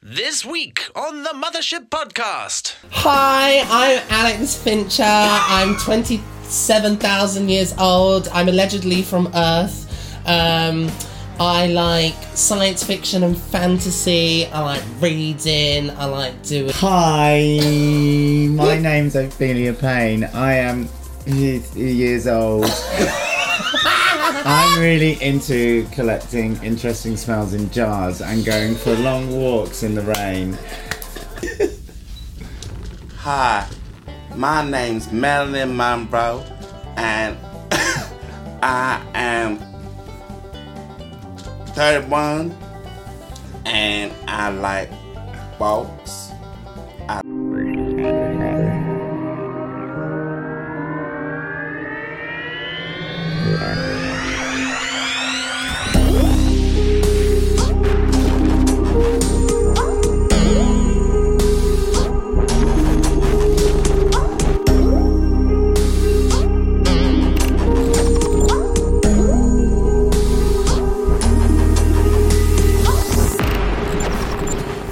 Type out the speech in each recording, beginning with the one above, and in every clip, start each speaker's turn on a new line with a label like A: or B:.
A: This week on the Mothership Podcast.
B: Hi, I'm Alex Fincher. I'm 27,000 years old. I'm allegedly from Earth. Um, I like science fiction and fantasy. I like reading. I like doing.
C: Hi, my name's Ophelia Payne. I am y- years old. I'm really into collecting interesting smells in jars and going for long walks in the rain.
D: Hi, my name's Marilyn Monroe, and I am 31, and I like balls.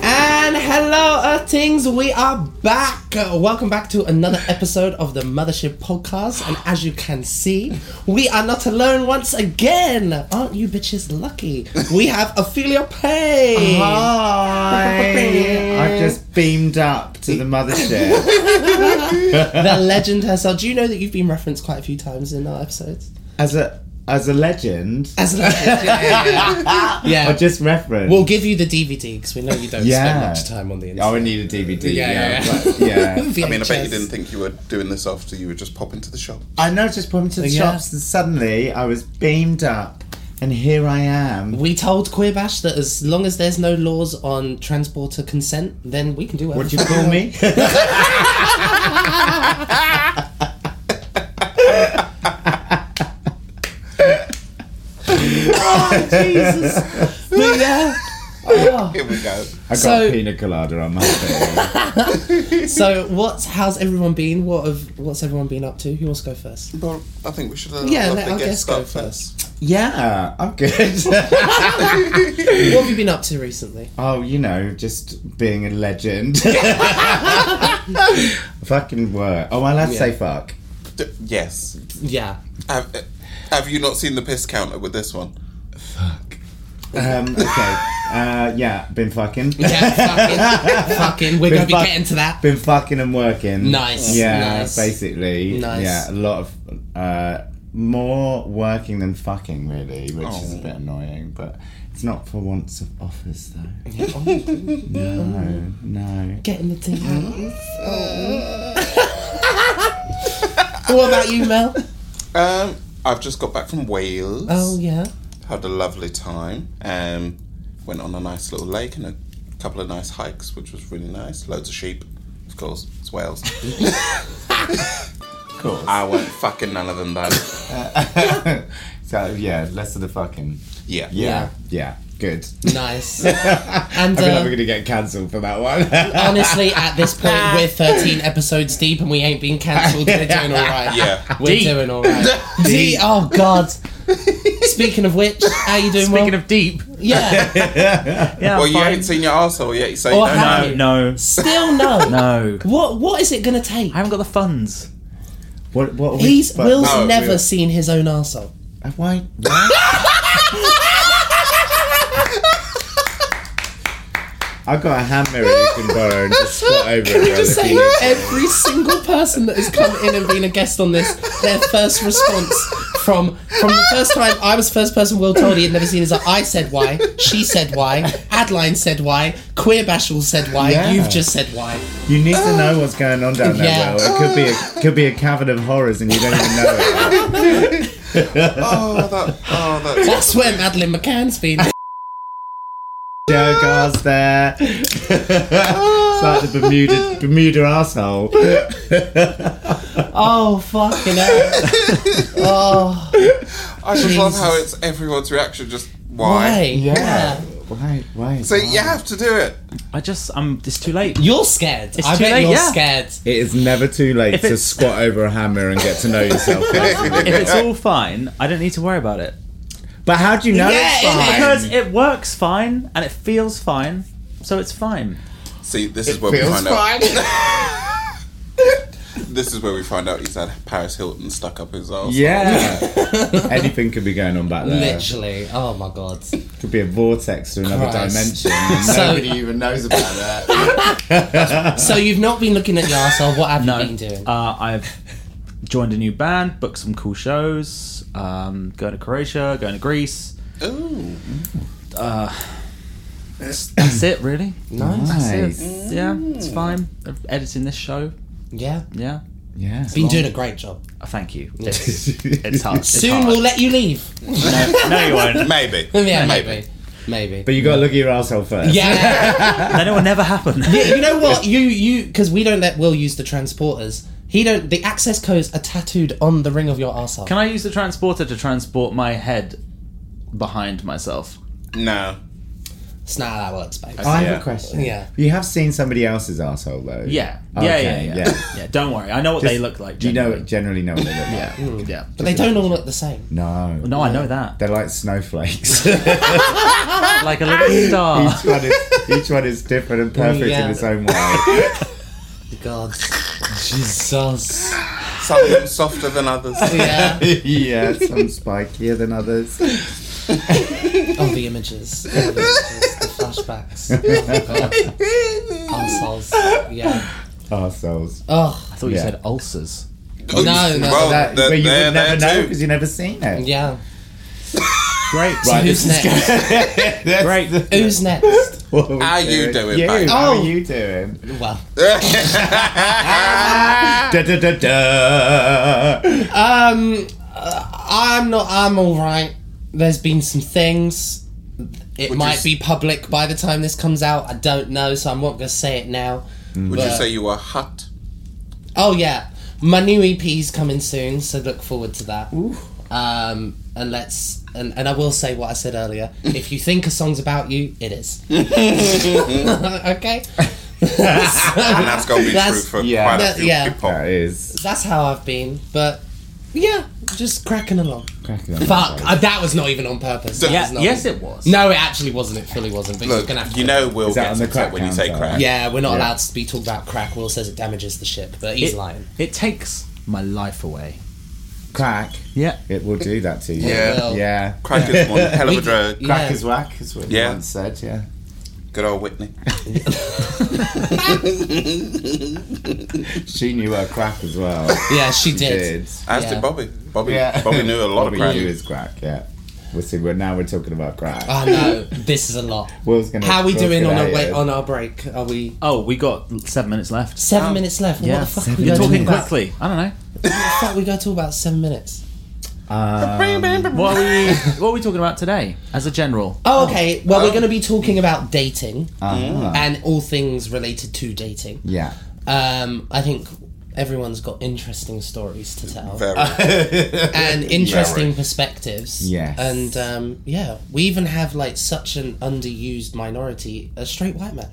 B: And hello, Earthlings. We are back. Uh, Welcome back to another episode of the Mothership Podcast. And as you can see, we are not alone once again. Aren't you bitches lucky? We have Ophelia Payne.
C: Hi! I've just beamed up to the mothership.
B: the legend herself. Do you know that you've been referenced quite a few times in our episodes?
C: As a as a legend,
B: As a legend, yeah. yeah, yeah.
C: I just referenced.
B: we'll give you the DVD because we know you don't spend
C: Yeah.
B: much time on the internet.
C: oh, I need a DVD.
B: Yeah,
C: Yeah,
B: yeah,
C: but- yeah.
D: I mean, I bet you didn't think you were doing this after you were just popping to the shop.
C: I noticed pointing to the
B: Oh, Yeah.
C: shops, and suddenly I was beamed up, and here I am.
B: We told Queerbash that as long as there's no laws on transporter consent, then we can do whatever.
C: Would you call me?
B: oh, Jesus. But yeah. Oh.
D: Here we go.
C: I got
B: So-
C: a pina colada on my face.
B: So what's how's everyone been? What have what's everyone been up to? Who wants to go first?
D: Well, I think we should let
B: Yeah,
D: our
B: let
D: lovely
B: our
D: guest
B: guest
D: start
B: go
D: first.
B: first.
C: yeah, I'm good.
B: What have you been up to recently?
C: oh, you know, just being a legend. Fucking work. Oh, I allowed to
B: Yeah.
C: say fuck.
D: D- yes.
B: Yeah.
D: Have, uh, have you not seen the piss counter with this one?
C: Um, okay. Uh, yeah, been fucking.
B: Yeah, fucking, fucking. We're going to be
C: fuck-
B: getting to that.
C: Been fucking and working.
B: Nice,
C: Yeah,
B: nice.
C: basically.
B: Nice.
C: Yeah, a lot of uh, more working than fucking really, which is a bit annoying, but it's not for wants of office though. no, no.
B: Getting the thing out. what about you, Mel?
D: Um, I've just got back from Wales.
B: Oh yeah.
D: had a lovely time. Um, went on a nice little lake and a couple of nice hikes, which was really nice. Loads of sheep, of course. It's Wales.
C: Cool.
D: I went fucking none of them down.
C: so yeah, less of the fucking.
D: Yeah.
C: Yeah, yeah, good.
B: Nice. And
C: I feel like
B: uh,
C: we're gonna get cancelled for that one.
B: honestly, at this point, we're 13 episodes deep, and we ain't been cancelled. We're doing all right.
D: Yeah.
B: We're
E: Deep.
B: doing all right. D.
C: Deep.
B: Oh God. Speaking of which, how you doing?
E: Speaking
B: well?
E: of deep,
B: yeah.
E: yeah,
D: Well,
E: I'm
D: you
E: fine.
D: ain't seen your arsehole yet, so
B: Or
D: you don't
B: have
D: know.
B: you?
E: no,
B: Still no.
E: no,
B: What What is it gonna take?
E: I haven't got the funds.
C: what? What? Are we,
B: He's
C: but-
B: Will's
D: no,
B: never
D: we-
B: seen his own arsehole.
C: Why? I've got a hand mirror you can borrow and just squat over
B: Can we
C: it.
B: just
C: while
B: say
C: looking at it.
B: every single person that has come in and been a guest on this, their first response from from the first time I was the first person Will told he had never seen is that I said why, she said why, Adeline said why, Queer Bashful said why,
C: Yeah.
B: you've just said why.
C: You need to know what's going on down there,
B: Yeah.
C: Will. It could be a could be a cavern of horrors, and you don't even know it.
D: Oh, that, oh, that's
B: That's where Madeline McCann's been.
C: Jogar's there. it's like the Bermuda Bermuda asshole.
B: Oh fucking hell. Oh
D: I just love how
B: Jesus.
D: it's everyone's reaction. Just why?
B: why?
C: Yeah. Why? Why?
D: So you have to do it.
E: I just, I'm, it's too late.
B: You're scared.
E: It's
B: I
E: too
B: bet
E: late,
B: you're
E: yeah.
B: scared.
C: It is never too late
E: If
C: to
E: it's-
C: squat over a hammer and get to know yourself.
E: if it's all fine, I don't need to worry about it
C: but how do you know
B: Yeah,
C: it's
B: it is.
C: fine?
E: because it works fine and it feels fine. so it's fine.
D: See, this is where we
C: Feels
D: find out.
C: fine.
D: This is where we find out he's had Paris Hilton stuck up his ass.
C: yeah. Anything could be going on back there.
B: Literally. Oh my god.
C: Could be a vortex to another
B: Christ.
C: dimension. and
B: So-
C: Nobody even knows about that.
B: so you've not been looking at your arsehole. What have you been doing?
E: Uh, I've joined a new band, booked some cool shows, um, going to Croatia, going to Greece.
D: Ooh.
E: That's it, really.
B: nice.
E: That's
C: nice.
E: it. Yeah, it's fine. Editing this show.
B: Yeah.
E: Yeah.
C: Yeah.
B: Been doing a great job.
E: Uh, Thank you. It's, it's hard. It's
B: Soon
E: hard.
B: we'll let you leave.
E: No, you won't.
D: Maybe.
B: yeah,
D: Maybe.
B: maybe. Maybe.
C: But you got to look at your asshole first.
B: yeah.
E: Then it will never happen.
B: you know what? You you because we don't let Will use the transporters. He don't. The access codes are tattooed on the ring of your arsehole.
E: Can I use the transporter to transport my head behind myself?
D: No.
B: It's not how that works, babe.
C: I
D: Yeah.
C: have a question.
B: Yeah.
C: You have seen somebody else's asshole though.
E: Yeah.
C: Okay,
E: yeah, yeah, yeah, yeah. Don't worry. I know what they
C: Just-
E: look like.
C: You know,
E: generally.
C: generally know what they look like.
E: Yeah. Yeah.
B: but they don't all look the same.
C: No.
E: No, I know that.
C: They're like snowflakes.
E: Like a little star.
C: each one is each one is different and perfect
B: Yeah.
C: in its own way.
B: God, Jesus.
D: Some of them softer than others.
B: Yeah.
C: yeah, some spikier than others.
B: Oh, the images. Oh, the, images. the flashbacks. Oh my God. Arseholes. Yeah.
C: Arseholes.
E: I
B: Oh.
E: thought you
C: Yeah.
E: said ulcers.
D: Oh,
B: No, no.
D: Well,
C: That,
D: they're,
C: but you
D: they're
C: would never
D: there
C: know
D: too.
C: because you've never seen it.
B: Yeah.
E: Great.
C: Right,
B: Who's
C: this is
B: next?
C: good.
E: Great.
B: Who's next?
C: What are we
D: How you doing,
C: You,
D: babe?
C: How
B: Oh.
C: are you doing?
B: Well, Ah.
C: Da, da, da, da.
B: um, uh, I'm not. I'm all right. There's been some things. It
D: Would you
B: might
D: s-
B: be public by the time this comes out. I don't know, so I'm not gonna say it now.
D: Would you say you were hot?
B: Oh yeah, my new EP is coming soon, so look forward to that. Um, and let's and, and I will say what I said earlier. if you think a song's about you, it is. okay.
D: And that's going to be
B: That's-
D: true for
C: yeah.
D: quite a
B: That-
D: few
B: yeah.
D: people.
C: That is
B: That's how I've been, but yeah, just cracking along.
C: cracking. up.
B: Fuck, uh, that was not even on purpose. That was
E: Yeah,
B: not
E: yes,
B: even-
E: it was.
B: No, it actually wasn't. It fully wasn't. But you're
D: Look,
B: gonna have to.
D: you know Will
C: Is that on
D: gets
C: the
D: upset
C: crack
D: when you say
C: countdown?
D: crack.
B: Yeah, we're not
C: Yeah.
B: allowed to be talking about crack. Will says it damages the ship, but he's
E: It,
B: lying.
E: it takes my life away.
C: Crack.
E: Yeah.
C: It will do that to you.
D: Yeah.
B: Well,
C: Yeah.
D: Crack is one hell of
B: We-
D: a drug.
B: yeah.
C: Crack is whack, is what you
D: Yeah.
C: once said, yeah.
D: Good old Whitney.
C: She knew her crack as well.
B: Yeah, she
C: She
B: did.
D: As
B: Yeah.
D: did Bobby. Bobby,
C: Yeah.
D: Bobby knew a lot
C: Bobby
D: of crack.
C: knew his crack, yeah. We'll see, we're, now we're talking about crack.
B: Oh no, this is a lot.
C: Will's gonna,
B: How are we
C: Will's
B: doing
C: gonna
B: on our
C: hate
B: wait
C: it.
B: on our break? Are we
E: Oh, we got seven minutes left.
B: seven minutes left?
E: Yeah.
B: What the fuck are we
E: You're
B: going to talk
E: talking
B: about?
E: quickly. I don't know.
B: What the fuck we going to talk about seven minutes?
E: What are we? What are we talking about today? As a general.
B: Oh, okay. Well, we're going to be talking about dating
C: Uh-huh.
B: and all things related to dating.
C: Yeah.
B: Um, I think everyone's got interesting stories to tell
D: Very.
B: and interesting perspectives.
C: Yes.
B: And um, yeah, we even have like such an underused minority, a straight white man.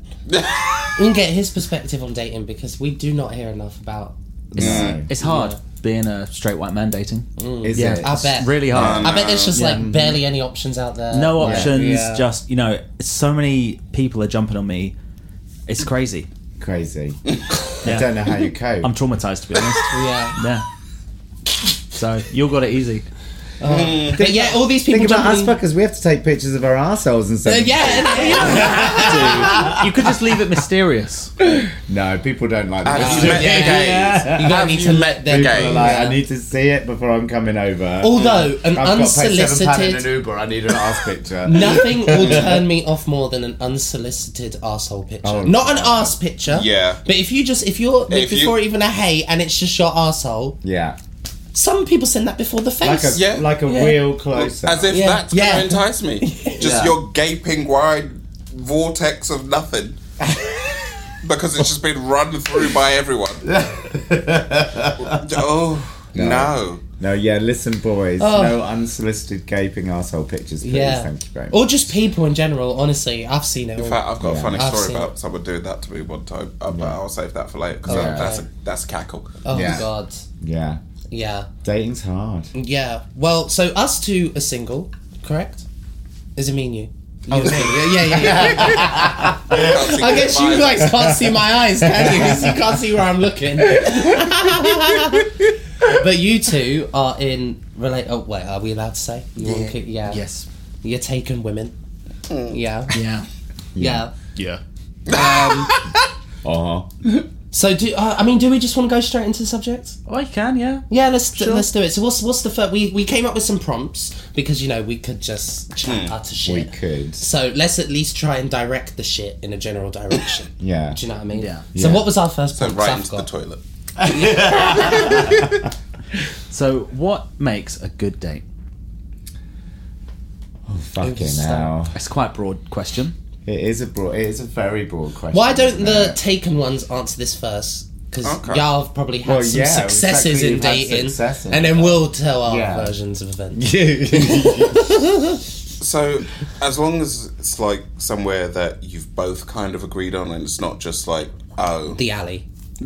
B: we can get his perspective on dating because we do not hear enough about.
C: No.
E: It's hard being a straight white man dating.
C: Is
E: yeah.
C: it?
B: I bet.
E: Really hard.
B: I bet there's just like barely any options out there.
E: no
B: Like,
E: options.
B: yeah.
E: Just you know, so many people are jumping on me. It's crazy.
C: Crazy.
E: Yeah.
C: I don't know how you cope.
E: I'm traumatized to be honest.
B: Yeah.
E: yeah. So you got it easy.
B: Oh. But yeah, all these people
C: Think about us
B: jumping in-
C: fuckers, we have to take pictures of our arseholes and
B: Uh,
C: stuff.
B: yeah, yeah.
E: You could just leave it mysterious.
C: No, people don't like that.
D: Have
C: People
D: you met
B: Yeah.
D: the gays?
B: You don't need to let them
C: are like, I need to see it before I'm coming over.
B: Although an
C: I've got to pay seven pound in
B: unsolicited
C: an Uber. I need an ass picture.
B: nothing will turn me off more than an unsolicited arsehole picture.
C: Oh,
B: Not an arse picture.
D: Yeah.
B: But if you just if you're
D: If you-
B: before even a hey and it's just your arsehole,
C: Yeah,
B: some people send that before the
C: like a
B: face.
D: Yeah.
C: like a real closer.
D: As if
B: Yeah.
D: that's
B: Yeah.
D: going to entice me. Just
C: Yeah.
D: your gaping wide vortex of nothing. because it's just been run through by everyone. oh, no.
C: no, yeah. Listen, boys.
B: Oh.
C: No unsolicited gaping asshole pictures, please.
B: Yeah.
C: Thank you very much.
B: Or just people in general. Honestly, I've seen it.
D: In
B: All.
D: fact, I've got a funny
B: I've
D: story
B: seen
D: about someone doing that to me one time, uh, but I'll save that for later because
B: Yeah.
D: that's, a, that's a cackle.
B: Oh
C: Yeah.
B: god.
C: Yeah,
B: Yeah.
C: dating's hard.
B: Yeah. Well, so us two are single, correct? Is it me and you? Oh, me. Yeah, yeah, yeah. yeah.
D: Can't see
B: I guess you
D: goodbye.
B: guys can't see my eyes, can you? 'Cause you can't see where I'm looking. but you two are in relate. Oh wait, are we allowed to say? You wanna keep- yeah.
E: Yes.
B: You're taking women. Yeah.
E: Yeah.
B: Yeah.
E: Yeah.
C: Oh,
B: So do uh, I mean? Do we just want to go straight into the subject?
E: Oh, you can. Yeah.
B: Yeah, let's
E: Sure.
B: let's do it. So what's what's the first? We we came up with some prompts because you know we could just chat utter
C: we
B: shit.
C: could.
B: So let's at least try and direct the shit in a general direction.
C: Yeah.
B: Do you know what I mean?
E: Yeah.
B: So
C: Yeah.
B: what was our first
D: So
B: prompt?
D: right
B: I've
D: into the
B: got-
D: toilet.
E: So, what makes a good date?
C: Oh, fucking
B: Stop.
C: hell.
E: That's quite a broad question.
C: It is a broad. It is a very broad question.
B: Why don't
C: isn't
B: the
C: it?
B: taken ones answer this first? Because
D: Okay.
B: y'all have probably had
C: Well,
B: some
C: yeah,
B: successes
C: exactly,
B: in
C: you've had
B: dating,
C: success in
B: and then
C: that.
B: we'll tell our
C: Yeah.
B: versions of events.
D: So, as long as it's like somewhere that you've both kind of agreed on, and it's not just like, oh,
B: The alley.
C: the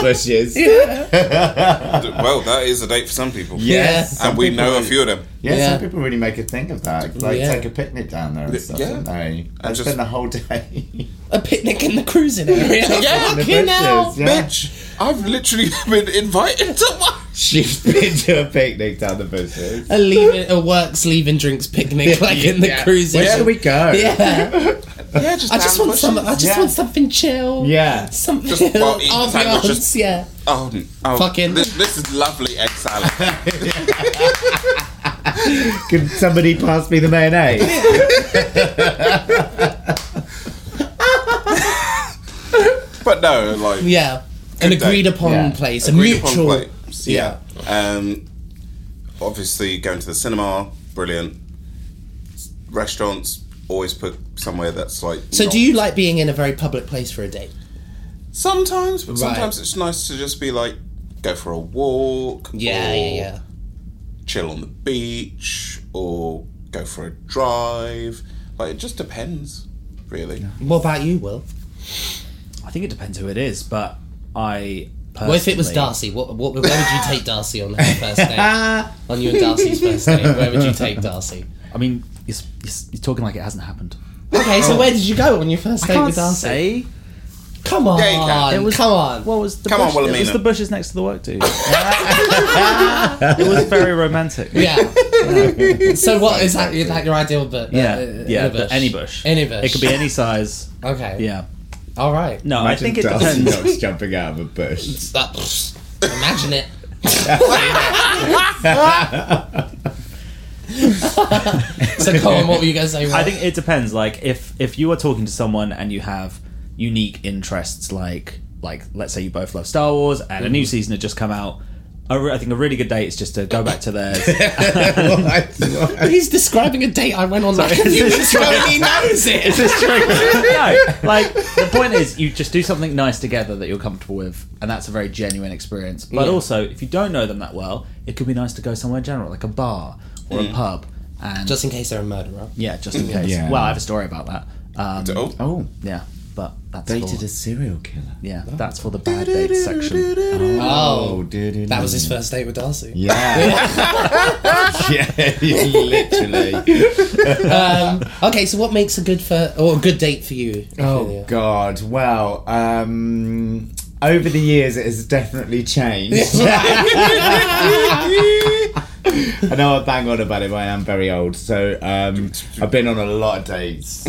C: bushes?
D: well, that is a date for some people.
B: Yeah.
C: Yes,
D: and we know a few of them.
C: Yeah,
B: Yeah.
C: some people really make a thing of that. They
B: Yeah.
C: take a picnic down there and stuff,
D: yeah.
C: don't they? They
D: And just-
C: spend the whole day.
B: A picnic in the cruising area.
C: in the
B: Fucking hell.
C: bushes, yeah.
D: Bitch, I've literally been invited to one.
C: She's been to a picnic down the bushes.
B: A leaving a works leaving drinks picnic like in the
C: Yeah.
B: cruising.
C: Where should we go?
B: Yeah.
D: Yeah, just
B: I just
D: down
B: want some. I just
C: Yeah.
B: want something chill.
C: Yeah.
B: Something
D: Just while eating
B: ambiance.
D: sandwiches.
B: Yeah.
D: Oh, n- oh,
B: Fucking-
D: This, this is lovely egg salad.
C: Can somebody pass me the mayonnaise?
D: but no, like
B: Yeah. An
D: Good
B: agreed
D: date.
B: upon
C: Yeah.
B: place.
D: agreed
B: a
D: upon
B: mutual.
D: place. Yeah. Um, obviously, going to the cinema, brilliant. Restaurants always put somewhere that's like.
B: So
D: not-
B: do you like being in a very public place for a date?
D: Sometimes, but
B: Right.
D: sometimes it's nice to just be like, go for a walk.
B: Yeah.
D: or
B: Yeah. Yeah.
D: Chill on the beach, or go for a drive. Like it just depends, really.
B: What about you, Will?
E: I think it depends who it is, but I. Personally,
B: Well, if it was Darcy, what, what where would you take Darcy on her first date? on you and Darcy's first date, where would you take Darcy?
E: I mean, it's, it's, you're talking like it hasn't happened.
B: Okay, so where did you go on your first
E: I
B: date
E: can't
B: with Darcy?
E: say.
B: Come on,
D: Yeah, you can.
E: It was-
B: come on.
E: What was the
D: Come on,
E: bush? it was
D: Wilhelmina.
E: the bushes next to the work dude. it was very romantic.
B: Yeah. so what is that? Like your ideal book?
E: Yeah, yeah,
B: Uh, bush.
E: but any bush.
B: Any bush.
E: It could be any size.
B: Okay.
E: Yeah.
B: All right.
E: No, I think it
C: Darcy
E: depends.
C: Knox jumping out of a bush.
B: That- pfft. imagine it. so come on, what were you going to say? Will?
E: I think it depends. Like if if you are talking to someone and you have unique interests, like like let's say you both love Star Wars and a
B: Mm-hmm.
E: new season had just come out. a re- I think a really good date is just to go back to theirs.
C: What?
B: he's describing a date I went on like a few weeks ago, and he knows it.
E: no, like the point is, you just do something nice together that you're comfortable with, and that's a very genuine experience. But
B: Yeah.
E: also, if you don't know them that well, it could be nice to go somewhere general, like a bar or a pub, and
B: Just in case they're a murderer.
E: yeah, just in case.
C: Yeah.
E: Well, I have a story about that. Um,
D: Oh,
C: Oh,
E: Yeah, but that's
C: dated
E: for,
C: a serial killer.
E: yeah, that's for the bad dates section.
B: Oh,
C: dude.
B: that was his first date with Darcy.
C: Yeah. Oh, yeah, literally.
B: Um, okay, so what makes a good for or a good date for you?
C: Oh
B: Ophelia?
C: God. Well, um, over the years, it has definitely changed. I know I bang on oh, about it, but I am very old. So um, I've been on a lot of dates,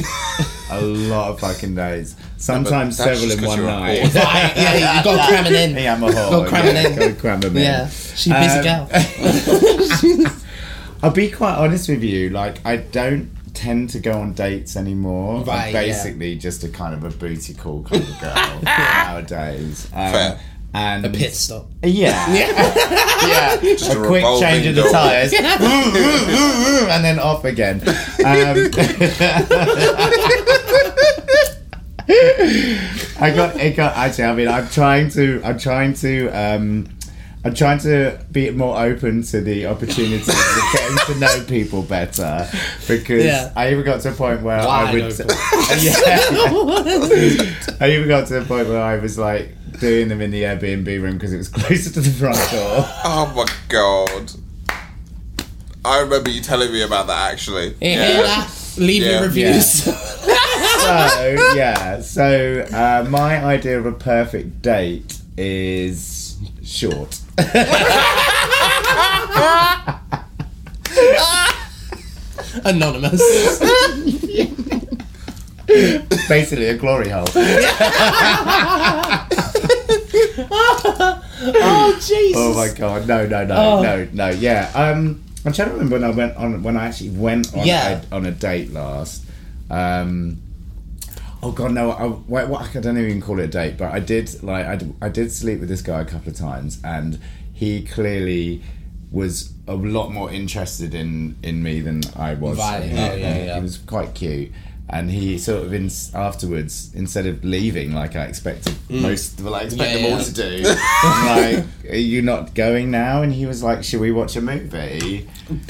C: a lot of fucking dates. Sometimes
D: that's
C: several
D: just
C: in
D: 'cause
C: one
D: you're a
C: night.
D: whore.
B: Right, yeah, yeah, you got cramming in.
C: Hey, I'm a whore.
B: Go cram it
C: yeah,
B: in.
C: Go cram it in.
B: Yeah, she's a busy
C: Um,
B: girl.
C: I'll be quite honest with you. Like, I don't tend to go on dates anymore.
B: Right,
C: I'm
B: yeah.
C: basically just a kind of a booty call kind of girl nowadays. Um,
D: Fair.
C: And
B: A pit stop.
C: Yeah. yeah.
D: Just
C: a,
D: a
C: quick
D: revolving
C: change of the
D: door.
C: tires. and then off again. Um, I got it got actually I mean I'm trying to I'm trying to um I'm trying to be more open to the opportunities of getting to know people better because
B: Yeah.
C: I even got to a point where I
B: Wide
C: would
B: open.
C: yeah, I even got to the point where I was like doing them in the Airbnb room because it was closer to the front door.
D: oh my god. Oh I remember you telling me about that actually.
B: You hear that? Leave
D: Yeah.
B: your reviews.
C: so yeah, so uh, my idea of a perfect date is short.
B: Anonymous.
C: Basically, a glory hole.
B: oh Jesus.
C: Oh my god, no, no, no,
B: Oh.
C: no, no. Yeah, um, I'm trying to remember when I went on when I actually went on
B: Yeah.
C: a, on a date last. Um, oh god, no, I, what, what, I don't even call it a date, but I did like I, d- I did sleep with this guy a couple of times, and he clearly was a lot more interested in in me than I was.
B: Right,
C: in
B: oh,
C: it.
B: yeah,
C: He
B: yeah.
C: was quite cute. And he sort of in, afterwards, instead of leaving like I expected most, well, I expect
B: Mm. Yeah,
C: them all
B: yeah.
C: to do. I'm like, are you not going now? And he was like, should we watch a movie?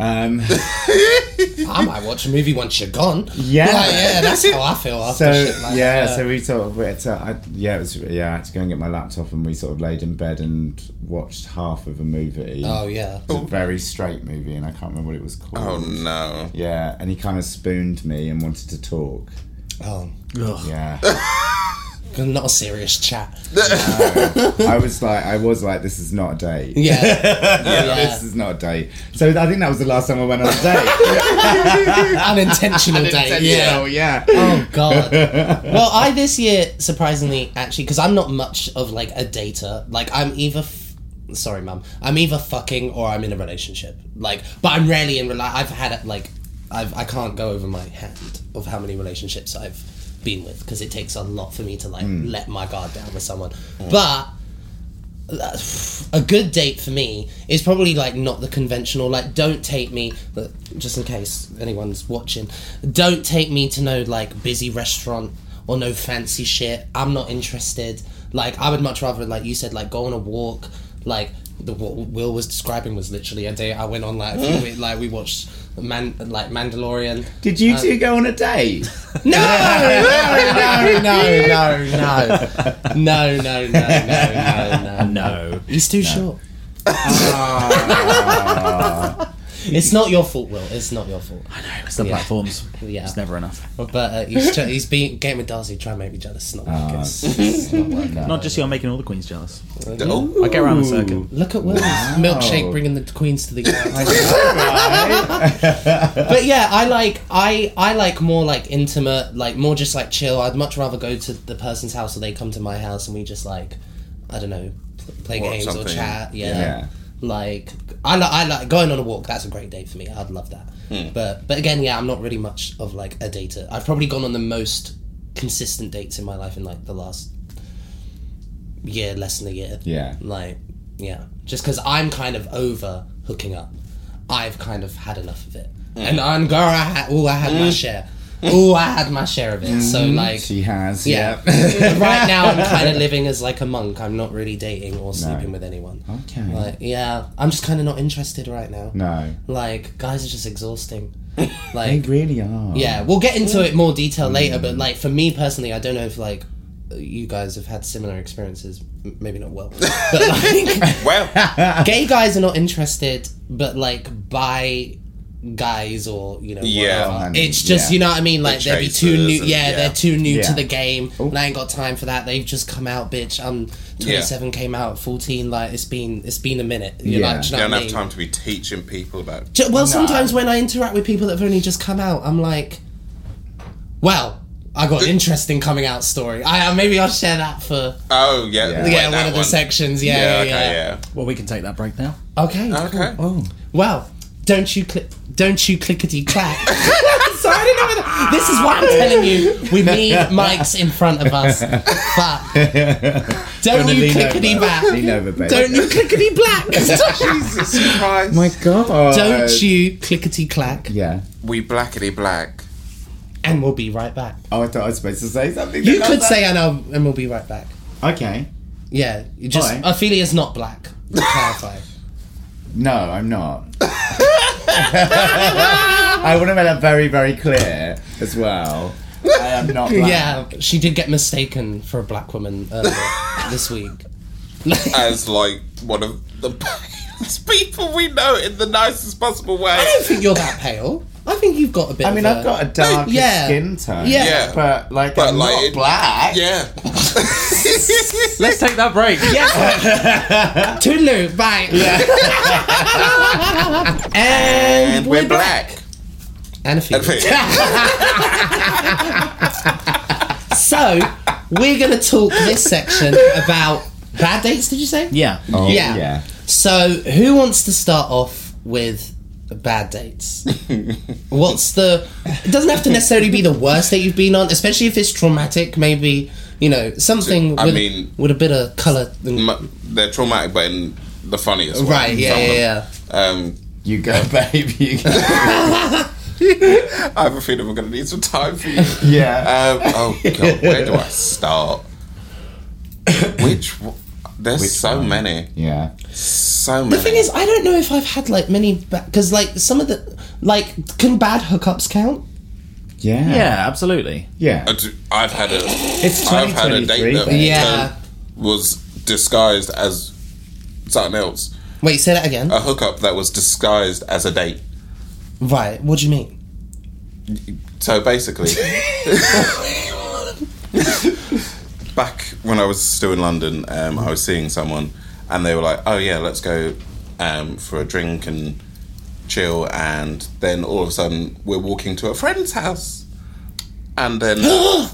C: Um,
B: I might watch a movie once you're gone.
C: Yeah.
B: Like, yeah, that's how I feel after
C: so
B: shit like
C: yeah,
B: that.
C: so we sort of it's, uh, I, yeah, it was, yeah, I had to go and get my laptop, and we sort of laid in bed and watched half of a movie.
B: Oh yeah.
C: It was a very straight movie, and I can't remember what it was called.
D: Oh no.
C: Yeah, and he kind of spooned me and wanted to talk.
B: Oh,
C: Yeah,
B: not a serious chat.
C: I was like, I was like, this is not a date.
B: Yeah.
C: This is not a date. So I think that was the last time I went on a date.
B: Unintentional date. Yeah.
C: Oh yeah.
B: Oh god. well, I this year surprisingly actually because I'm not much of like a dater. Like I'm either f- sorry, mum. I'm either fucking or I'm in a relationship. Like, but I'm rarely in. Rela- I've had like I've I can't go over my hand of how many relationships I've been with because it takes a lot for me to like let my guard down with someone. But a good date for me is probably like not the conventional like don't take me but just in case anyone's watching don't take me to no like busy restaurant or no fancy shit i'm not interested like i would much rather like you said like go on a walk like the what will was describing was literally a day i went on like a few weeks, like we watched man like mandalorian
C: Did
B: uh,
C: you two go on a date?
B: no, no, no, no, no, no, no, no, no, no, no.
E: No.
B: He's too short.
E: Ah.
B: it's not your fault, Will. It's not your fault.
E: It's the platforms.
B: Yeah.
E: It's never enough.
B: But uh, he's tr- he's being getting with Darcy, trying to make me jealous. It's not
E: Ah.
B: working.
E: Not just you, I'm making all the queens jealous.
D: Oh,
E: I get around the circuit.
B: Look at Will's milkshake bringing the queens to the yard. but yeah, I like I I like more like intimate, like more just like chill. I'd much rather go to the person's house or they come to my house and we just like I don't know pl- play
D: Watch
B: games or
D: something.
B: chat. Yeah.
C: Yeah.
B: Like I like I like going on a walk. That's a great day for me. I'd love that.
D: Hmm.
B: But but again, yeah, I'm not really much of like a dater. I've probably gone on the most consistent dates in my life in like the last year, less than a year.
C: Yeah.
B: Like, yeah. Just because I'm kind of over hooking up. I've kind of had enough of it. And I'm girl, I had, ooh, I had
C: Mm.
B: my share. Ooh, I had my share of it. So, like,
C: She has.
B: yeah.
C: Mm. Yeah.
B: right now, I'm kind of living as like a monk. I'm not really dating or sleeping with anyone.
C: Oh, Okay.
B: Like, yeah. I'm just kind of not interested right now.
C: no.
B: Like, guys are just exhausting.
C: They
B: Like,
C: really are.
B: yeah, we'll get into
D: Mm.
B: it more detail later. But like for me personally, I don't know if like you guys have had similar experiences. M- Maybe not well, but like
D: well.
B: gay guys are not interested. But like by guys or you know
D: Yeah.
B: whatever.
C: Um,
B: it's just
C: yeah.
B: you know what I mean. Like
D: The
B: they'd be too
D: chasers
B: new.
D: and-
B: Yeah,
D: yeah.
B: they're too new to
C: Yeah.
B: the game. And I ain't got time for that. They've just come out, bitch. I'm 27, came out at 14. Like it's been it's been a minute. You're
C: Yeah.
B: like, do you
D: You
B: know
D: don't
B: what I
D: have
B: mean?
D: time to be teaching people about.
B: Ju- Well, sometimes when I interact with people that have only just come out, I'm like, well, I got an interesting coming out story. I uh, maybe I'll share that for
D: Oh yeah,
C: Yeah.
D: wait,
B: yeah
D: that
B: one of the sections. Yeah, yeah,
D: okay, Uh,
B: yeah.
D: yeah.
E: Well, we can take that break now.
B: Okay.
D: Okay.
E: Oh.
B: Well, don't you click? Don't you clickety clack? Sorry, I didn't know.
C: Oh
B: whether- This is why I'm telling you we need mics in front of us. But don't you clickety back?
C: Lean over, baby.
B: Don't you clickety black?
D: Jesus Christ.
C: My God.
B: don't you clickety clack?
C: Yeah.
D: We blackety black.
B: And we'll be right back.
C: Oh, I thought I was supposed to say something.
B: You
C: then. I
B: could
C: was
B: say and I'll, and we'll be right back.
C: like- Okay.
B: Yeah, you just
C: Alright.
B: Ophelia's not black. To clarify.
C: No, I'm not. I want to make that very, very clear as well. I am not. Black.
B: yeah, she did get mistaken for a black woman earlier this week.
D: As like one of the It's people we know in the nicest possible way.
B: I don't think you're that pale. I think you've got a bit.
C: I mean,
B: of
C: I've got a darker
B: yeah.
C: skin tone.
B: Yeah.
D: Yeah.
C: But, like,
D: But,
C: I'm
D: like,
C: not
D: it-
C: black.
D: Yeah.
E: Let's take that break.
B: Toodaloo, bye. and,
D: and we're black.
B: And a few.
D: Okay.
B: So we're gonna talk this section about bad dates. Did you say?
E: Yeah.
C: Oh,
B: Yeah.
C: yeah.
B: So who wants to start off with bad dates? What's the? It doesn't have to necessarily be the worst date you've been on, especially if it's traumatic. Maybe you know something.
D: I
B: with,
D: mean-
B: with a bit of color.
D: M- They're traumatic, but in the funniest way.
B: Right. Yeah.
D: Some of
B: Yeah.
D: them.
B: yeah.
D: Um,
C: You go, babe. You go.
D: I have a feeling we're going to need some time for you.
C: yeah.
D: Um, oh god, where do I start? Which w- there's so
C: one?
D: many,
C: yeah.
D: so many.
B: The thing is, I don't know if I've had like many because like some of the like can bad hookups count?
C: Yeah.
E: Yeah, absolutely.
C: Yeah.
D: I do- I've had a
C: It's
D: I've had a date
C: 2023,
D: that
C: babe.
B: Yeah.
D: turned- was disguised as something else.
B: Wait, say that again.
D: A hookup that was disguised as a date.
B: right. What do you mean?
D: So basically, back when I was still in London, um, I was seeing someone, and they were like, "Oh yeah, let's go um, for a drink and chill." And then all of a sudden, we're walking to a friend's house, and then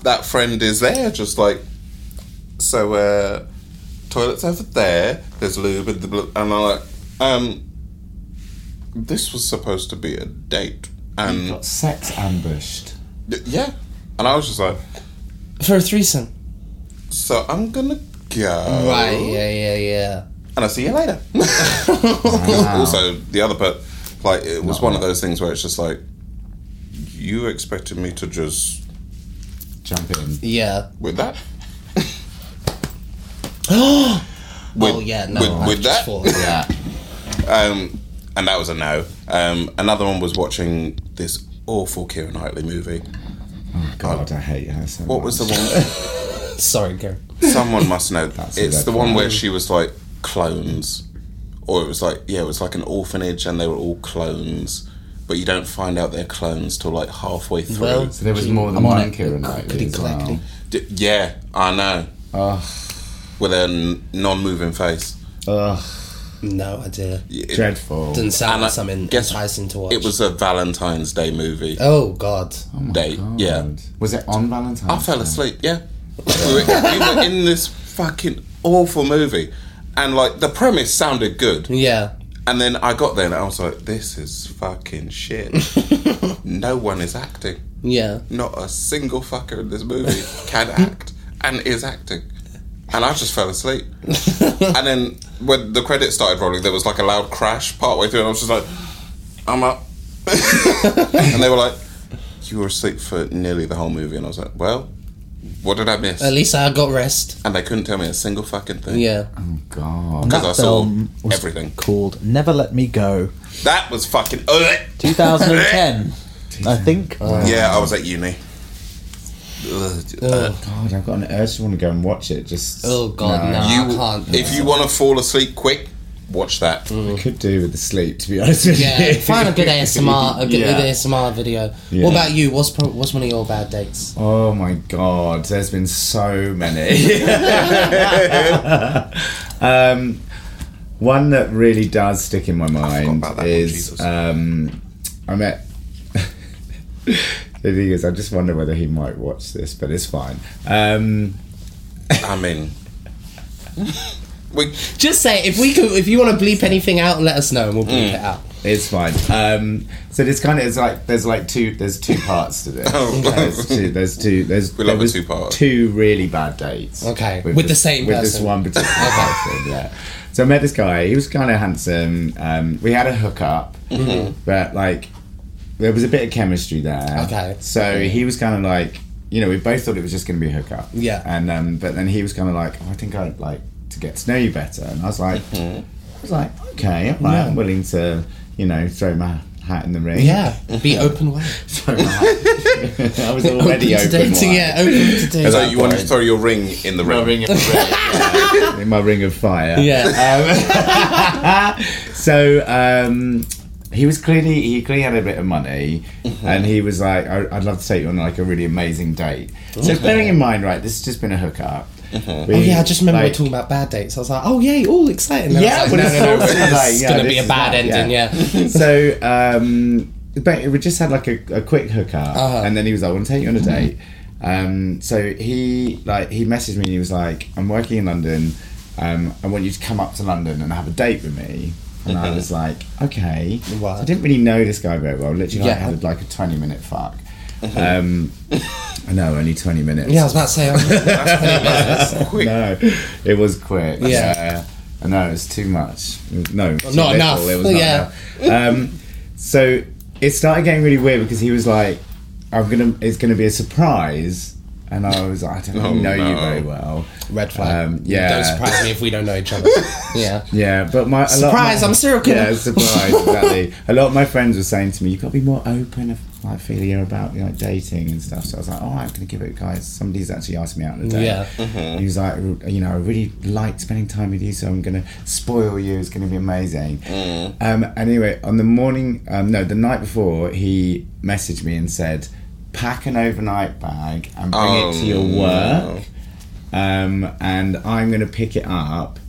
D: that friend is there, just like, "So, uh, toilets over there. There's lube and the bl-. and I'm like, um, this was supposed to be a date, and."
C: Got sex ambushed.
D: Y- Yeah. And I was just like,
B: For a threesome.
D: so I'm gonna go.
B: Right. Yeah. Yeah. Yeah.
D: And I'll see you later. Also, the other part, like, it was
C: Not
D: one
C: right.
D: of those things where it's just like, you expected me to just
C: Jump in.
B: Yeah.
D: with that?
B: oh yeah. No.
D: with-
B: I
D: with
B: just
D: that?
B: thought-
C: Yeah.
D: Um, and that was a no. Um, another one was watching this awful Kira Knightley movie.
C: Oh, God, I hate her so
D: What was the one?
B: Sorry, Gary.
D: Someone must know.
C: That's a
D: it's
C: good
D: the one
C: one.
D: where she was like clones, or it was like yeah, it was like an orphanage, and they were all clones. But you don't find out they're clones till like halfway through.
B: Well,
C: So there was more than
B: I'm on
C: one
B: it.
C: Kira Knightley as well.
B: Clickety-clackety.
D: D- yeah, I know.
C: Ugh.
D: With a n- non-moving face.
C: Ugh.
B: No idea.
D: It,
C: Dreadful.
B: Doesn't sound
D: and I-
B: like something
D: Uh, guess
B: enticing to watch.
D: it was a Valentine's Day movie.
B: Oh God.
D: date. Yeah,
C: Was it on Valentine's?
D: I fell
C: Day?
D: asleep. Yeah, we, were, we were in this fucking awful movie, and like the premise sounded good.
B: Yeah.
D: And then I got there and I was like, this is fucking shit. no one is acting.
B: Yeah.
D: Not a single fucker in this movie can act and is acting. And I just fell asleep. and then when the credits started rolling, there was like a loud crash partway through, and I was just like, I'm up. and they were like, You were asleep for nearly the whole movie. And I was like, Well, what did I miss?
B: At least I got rest.
D: And they couldn't tell me a single fucking thing.
B: Yeah.
C: Oh, God.
D: Because I saw
E: Film was
D: everything.
E: called Never Let Me Go,
D: That was fucking. uh,
E: 2010. I think.
D: Yeah, I was at uni. Ugh.
B: Ugh.
C: God, I've got an urge to want to go and watch it. Just
B: Oh, God, no.
D: You,
B: I can't.
D: if you want to fall asleep quick, watch that.
C: I could do with the sleep, to be honest with you.
B: yeah. Find a good ASMR. A good,
C: Yeah.
B: good ASMR video.
C: Yeah.
B: What about you? What's pro- what's one of your bad dates?
C: Oh my god, there's been so many. um, one that really does stick in my mind
D: about that one,
C: is
D: Jesus.
C: um, I met. the thing is, I just wonder whether he might watch this, but it's fine. Um,
D: I mean, we,
B: Just say if we could, if you want to bleep anything out, let us know and we'll
D: Mm.
B: bleep it out.
C: It's fine. Um, so this kind of is like there's like two there's two parts to this.
D: Oh.
C: There's two there's two there's
D: We love
C: there
D: a
C: was
D: two-part.
C: Two really bad dates.
B: Okay. With the
C: this-
B: same
C: with this
B: person.
C: one particular person. Yeah. So I met this guy. He was kind of handsome. Um, we had a hookup,
B: Mm-hmm.
C: but like there was a bit of chemistry there.
B: Okay.
C: So he was kind of like you know we both thought it was just going to be a hookup.
B: Yeah.
C: And um, but then he was kind of like oh, I think I'd like to get to know
B: Mm-hmm.
C: you better, and I was like. I was like, okay, I'm, like, I'm willing to, you know, throw my hat in the ring.
B: Yeah, be open way.
C: So right. I was already open.
B: dating,
C: wide.
B: yeah, open to dating.
D: So
C: that
D: you want to
C: point.
D: throw your ring in the
C: My
D: ring.
C: ring of fire. In my ring of fire.
B: yeah,
C: So um, he was clearly he clearly had a bit of money,
B: Mm-hmm.
C: and he was like, I, "I'd love to take you on like a really amazing date." So bearing in mind, right, this has just been a hookup. We-
B: Mm-hmm. oh yeah. I just remember we
C: like-
B: were talking about bad dates. I was like, oh yay, all exciting. And I was
C: Yeah,
B: like,
C: but
B: no,
C: it's
B: no, no,
C: also
B: it's
C: like, yeah,
B: gonna
C: this
B: be a
C: is
B: bad
C: that,
B: ending.
C: yeah.
B: Yeah,
C: so um, but we just had like a, a quick hookup,
B: Uh-huh.
C: and then he was like, "I want to take you on a
B: Mm-hmm.
C: date." Um, so he like he messaged me and he was like, "I'm working in London. Um, I want you to come up to London and have a date with me." And
B: Uh-huh.
C: I was like, "Okay."
B: Wow.
C: I didn't really know this guy very well. Literally, like,
B: Yeah. Uh-huh.
C: had like a 20 minute fuck. Um, I know, only 20 minutes.
B: yeah. I was about to say, um,
D: Quick.
C: No, it was quick.
B: Yeah.
C: Yeah. I know it was too much. No, not
B: enough.
C: It was not
B: Yeah.
C: enough. Um, so it started getting really weird because he was like, "I'm gonna, it's gonna be a surprise," and I was like, "I don't really
D: Oh,
C: know you
D: no.
C: very well."
B: red flag.
C: Um, yeah.
B: don't surprise me if we don't know each other. Yeah,
C: Yeah, but my a lot of
B: Surprise,
C: my-
B: I'm a serial killer.
C: Yeah, surprise. exactly. A lot of my friends were saying to me, "You've got to be more open, of, like feeling about like dating and stuff." So I was like, "Oh, I'm going to give it a go." Somebody's actually asked me out on a date.
B: Yeah.
D: Mm-hmm.
C: And he was like, "You know, I really liked spending time with you, so I'm going to spoil you. It's going to be amazing."
D: Mm.
C: Um, and anyway, on the morning, um, no, the night before, he messaged me and said, "Pack an overnight bag and bring
D: Oh,
C: it to your
D: no.
C: work." um, and I'm going to pick it up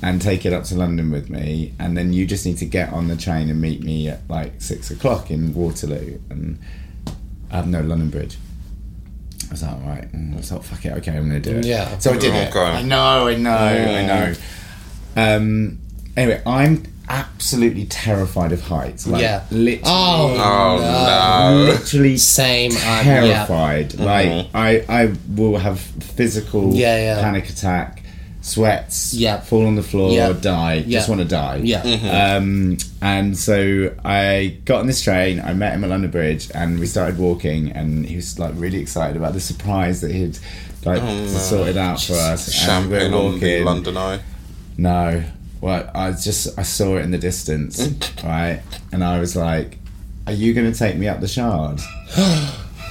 C: and take it up to London with me, and then you just need to get on the train and meet me at like six o'clock in Waterloo and um, no London Bridge. I was like, all right, mm, I was like, fuck it, okay, I'm going to do it.
B: Yeah.
C: So I did
D: Oh,
C: it.
D: God.
C: I know, I know, I know. Um, anyway, I'm absolutely terrified of heights. Like,
B: Yeah.
C: Literally.
B: Oh,
D: Oh no.
C: Literally
B: same. I'm- yeah. Mm-hmm.
C: terrified. Like I, I will have physical
B: Yeah, yeah.
C: panic attack, sweats,
B: Yeah.
C: fall on the floor,
B: Yeah.
C: die. Just
B: Yeah.
C: want to die.
B: Yeah. Mm-hmm.
C: Um, and so I got on this train. I met him at London Bridge, and we started walking. And he was like really excited about the surprise that he'd like
B: Mm.
C: sorted out for us. and we
D: Champagne
C: were
D: on the
C: walking.
D: London Eye.
C: No. Well, I just I saw it in the distance, right? And I was like, "Are you going to take me up the Shard?"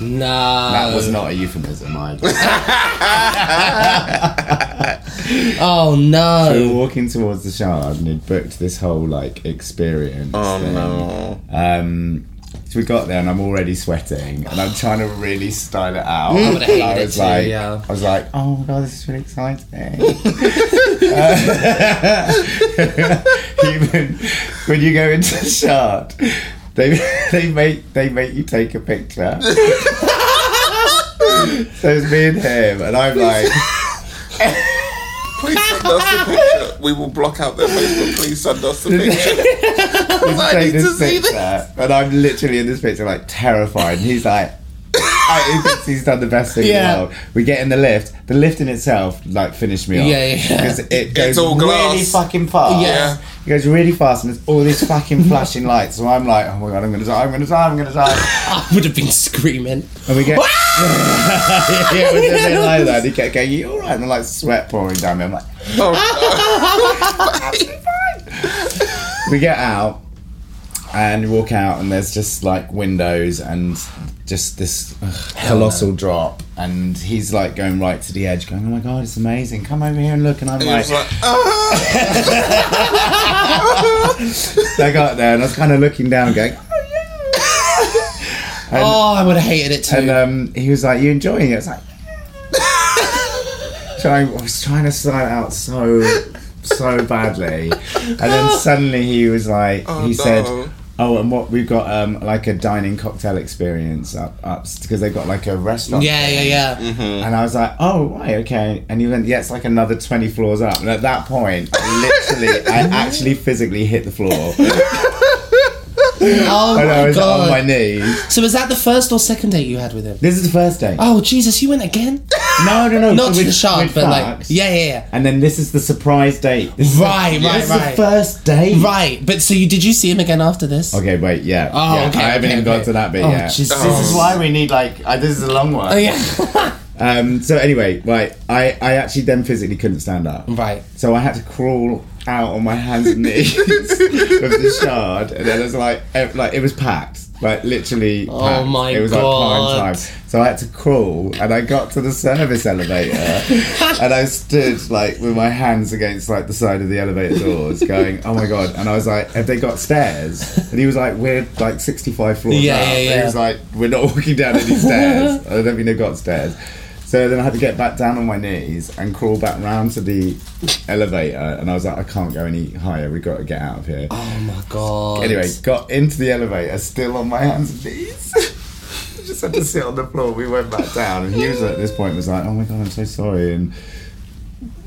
B: Nah,
C: That was not a euphemism. I
B: Oh
C: we were
B: no.
C: walking towards the shard and he'd booked this whole like experience.
D: Oh
C: thing.
D: no.
C: Um, so we got there and I'm already sweating and I'm trying to really style it out. I
B: would've hated
C: I
B: it
C: was
B: too,
C: like,
B: yeah.
C: I was like, oh my god, this is really exciting. Even when you go into the shard, they they make they make you take a picture. so it's me and him, and I'm like.
D: Please send us the picture. We will block out their Facebook. Please send us the picture. I
C: take
D: need to
C: this
D: see
C: picture, and I'm literally in this picture, like terrified. And he's like, I, he thinks he's done the best thing
B: Yeah.
C: in the world. We get in the lift. The lift in itself, like, finished me off.
B: Yeah, yeah, yeah.
C: Because it goes
D: all glass.
C: really fucking fast.
D: Yeah.
C: It goes really fast, and there's all these fucking flashing lights. So I'm like, oh my god, I'm gonna die, I'm gonna die, I'm gonna die.
B: I would have been screaming.
C: And we get. yeah, we did it like that. And he kept going, you alright? And like sweat pouring down me. I'm like,
D: Oh,
C: we get out and walk out and there's just like windows and just this ugh, colossal drop and he's like going right to the edge going oh my god it's amazing come over here and look and i'm
D: He
C: like,
D: was like, ah.
C: i got there and i was kind of looking down going oh yeah and,
B: Oh, I would have hated it too.
C: and um, he was like you enjoying it i was like trying, I was trying to slide out so so badly and then suddenly he was like he said
D: no.
C: Oh, and what we've got um, like a dining cocktail experience up up because they've got like a restaurant.
B: yeah, yeah, yeah.
C: And I was like, oh right, okay. And he went, yeah, it's like another twenty floors up. And at that point, I literally, I actually physically hit the floor.
B: Oh
C: and I
B: my
C: was on
B: god.
C: my knees.
B: So was that the first or second date you had with him?
C: This is the first day.
B: Oh Jesus, you went again?
C: No, no, no.
B: Not
C: so
B: to
C: we'd-
B: the shard,
C: we'd
B: but like
C: fucked.
B: yeah, yeah, yeah.
C: And then this is the surprise date. This is the-
B: Right, right,
C: this
B: right.
C: Is the first date.
B: Right, but so you did you see him again after this?
C: Okay, wait, yeah.
B: Oh,
C: yeah,
B: okay,
C: I haven't
B: okay,
C: even got
B: okay.
C: to that bit
B: Oh,
C: yet.
B: Jesus.
C: This is why we need like uh, this is a long one.
B: Oh yeah.
C: Um, so anyway, right, I, I actually then physically couldn't stand up.
B: Right.
C: So I had to crawl out on my hands and knees of the shard, and then it was like, ev- like it was packed, like literally.
B: Oh
C: packed.
B: my
C: It was
B: God.
C: like prime time. So I had to crawl, and I got to the service elevator, and I stood like with my hands against like the side of the elevator doors, going, "Oh my god!" And I was like, "Have they got stairs?" And he was like, "We're like sixty-five floors
B: Yeah,
C: up."
B: yeah,
C: And
B: yeah.
C: He was like, "We're not walking down any stairs." I don't think they got stairs. So then I had to get back down on my knees and crawl back round to the elevator, and I was like, "I can't go any higher. We've got to get out of here."
B: Oh my god.
C: Anyway, got into the elevator, still on my hands and knees. Just had to sit on the floor. We went back down, and Hughes at this point was like, "Oh my god, I'm so sorry." And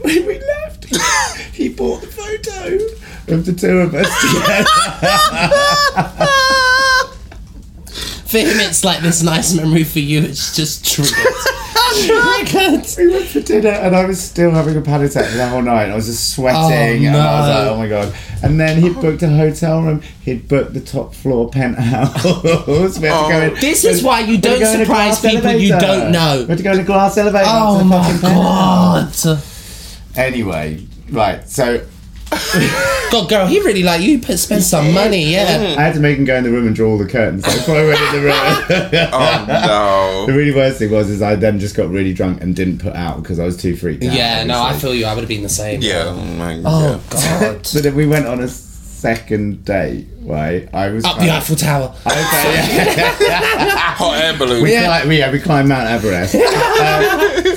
C: when we left, he bought the photo of the two of us together.
B: For him, it's like this nice memory. For you, it's just triggered. triggered.
C: we went for dinner, and I was still having a panic attack for the whole night. I was just sweating,
B: Oh,
C: and I was like,
B: no.
C: "Oh my god!" And then he booked a hotel room. He'd booked the top floor penthouse. we had to go in-
B: This is why you
C: we had to
B: Oh, don't
C: go in a
B: surprise
C: glass
B: people you
C: elevator.
B: don't know.
C: We had to go in a glass elevator.
B: Oh
C: to the
B: my
C: fucking penthouse.
B: god.
C: Anyway, right. So
B: God, girl, he really like you. Put spend some money, yeah.
C: I had to make him go in the room and draw all the curtains. So before I went in the room.
D: Oh
C: The
D: no.
C: really worst thing was is I then just got really drunk and didn't put out because I was too freaked out.
B: Yeah, no, I
C: obviously.
B: feel you. I would have been the same.
D: Yeah. oh my
B: Oh
D: God.
B: god.
C: So then we went on a second date, right? I was
B: Up
C: kind
B: the
C: of-
B: Eiffel Tower.
C: Okay, yeah.
D: Hot air balloon.
C: We climb, yeah, we climbed Mount Everest. Um,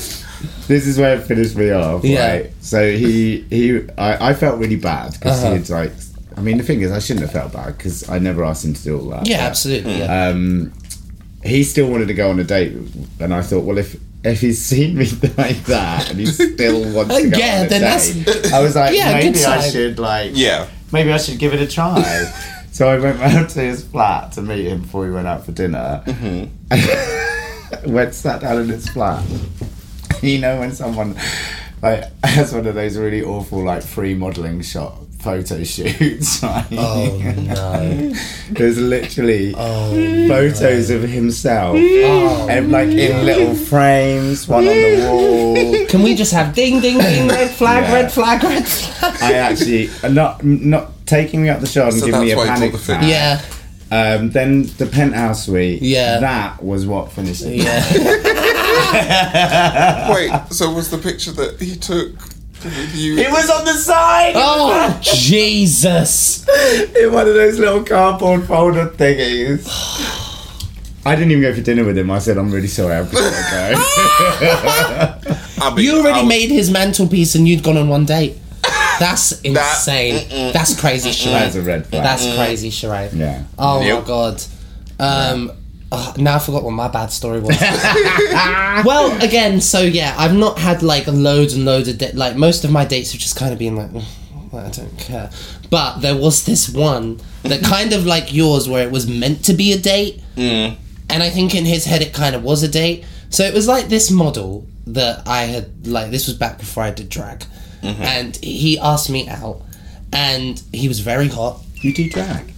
C: this is where it finished me off.
B: Yeah.
C: Right? So he he, I, I felt really bad because
B: Uh-huh.
C: he had like. I mean, the thing is, I shouldn't have felt bad because I never asked him to do all that.
B: Yeah,
C: but
B: absolutely. yeah.
C: Um, He still wanted to go on a date, and I thought, well, if if he's seen me like that and he still wants to go
B: Yeah,
C: on a
B: then
C: date,
B: that's-
C: I was like,
B: Yeah, good
C: maybe I
B: sign.
C: should like,
D: Yeah.
C: maybe I should give it a try. so I went round to his flat to meet him before we went out for dinner.
B: Mm-hmm.
C: went sat down in his flat. You know when someone like has one of those really awful like free modelling shot photo shoots. Right?
B: Oh no.
C: There's literally
B: Oh.
C: photos of himself,
B: Oh.
C: and like in little frames, one on the wall.
B: Can we just have ding, ding, ding, red flag,
C: Yeah.
B: red flag, red flag?
C: I actually not not taking me up the shard and
D: So
C: giving me a
D: that's why you
C: panic
D: took the
C: attack.
D: photo.
B: Yeah,
C: Um, then the penthouse suite.
B: Yeah.
C: That was what finished it.
B: yeah.
D: Wait. So was the picture that he took with you?
C: It was on the side.
B: Oh Jesus!
C: in one of those little cardboard folder thingies. I didn't even go for dinner with him. I said, "I'm really sorry. I've got to go."
D: I mean,
B: You already
D: I was-
B: made his mantelpiece, and you'd gone on one date. That's insane. That's crazy
C: That's a
B: charade.
C: red flag.
B: That's crazy charade.
C: yeah.
B: Oh my
D: Yep.
B: god. Um, ah, now I forgot what my bad story was. well, again, so yeah, I've not had like loads and loads of da- like most of my dates have just kind of been like, "Mm, I don't care. But there was this one that kind of like yours, where it was meant to be a date, and I think in his head it kind of was a date. So it was like this model that I had like this was back before I did drag, and he asked me out, and he was very hot.
C: You do drag.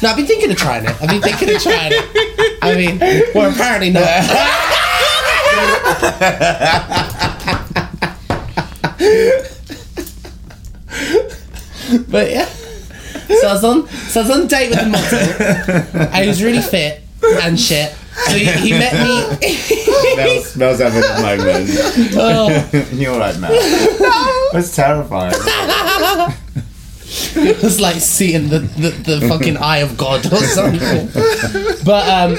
B: No, I've been thinking of trying it. I've been thinking of trying it. I mean, well, apparently not. but yeah, so I was on, so I was on a date with the model. and he was really fit and shit. So he, he met me.
C: Mel smells having a moment.
B: oh,
C: You're all right, Mel. That's terrifying.
B: it was like seeing the, the, the fucking eye of God or something. But um,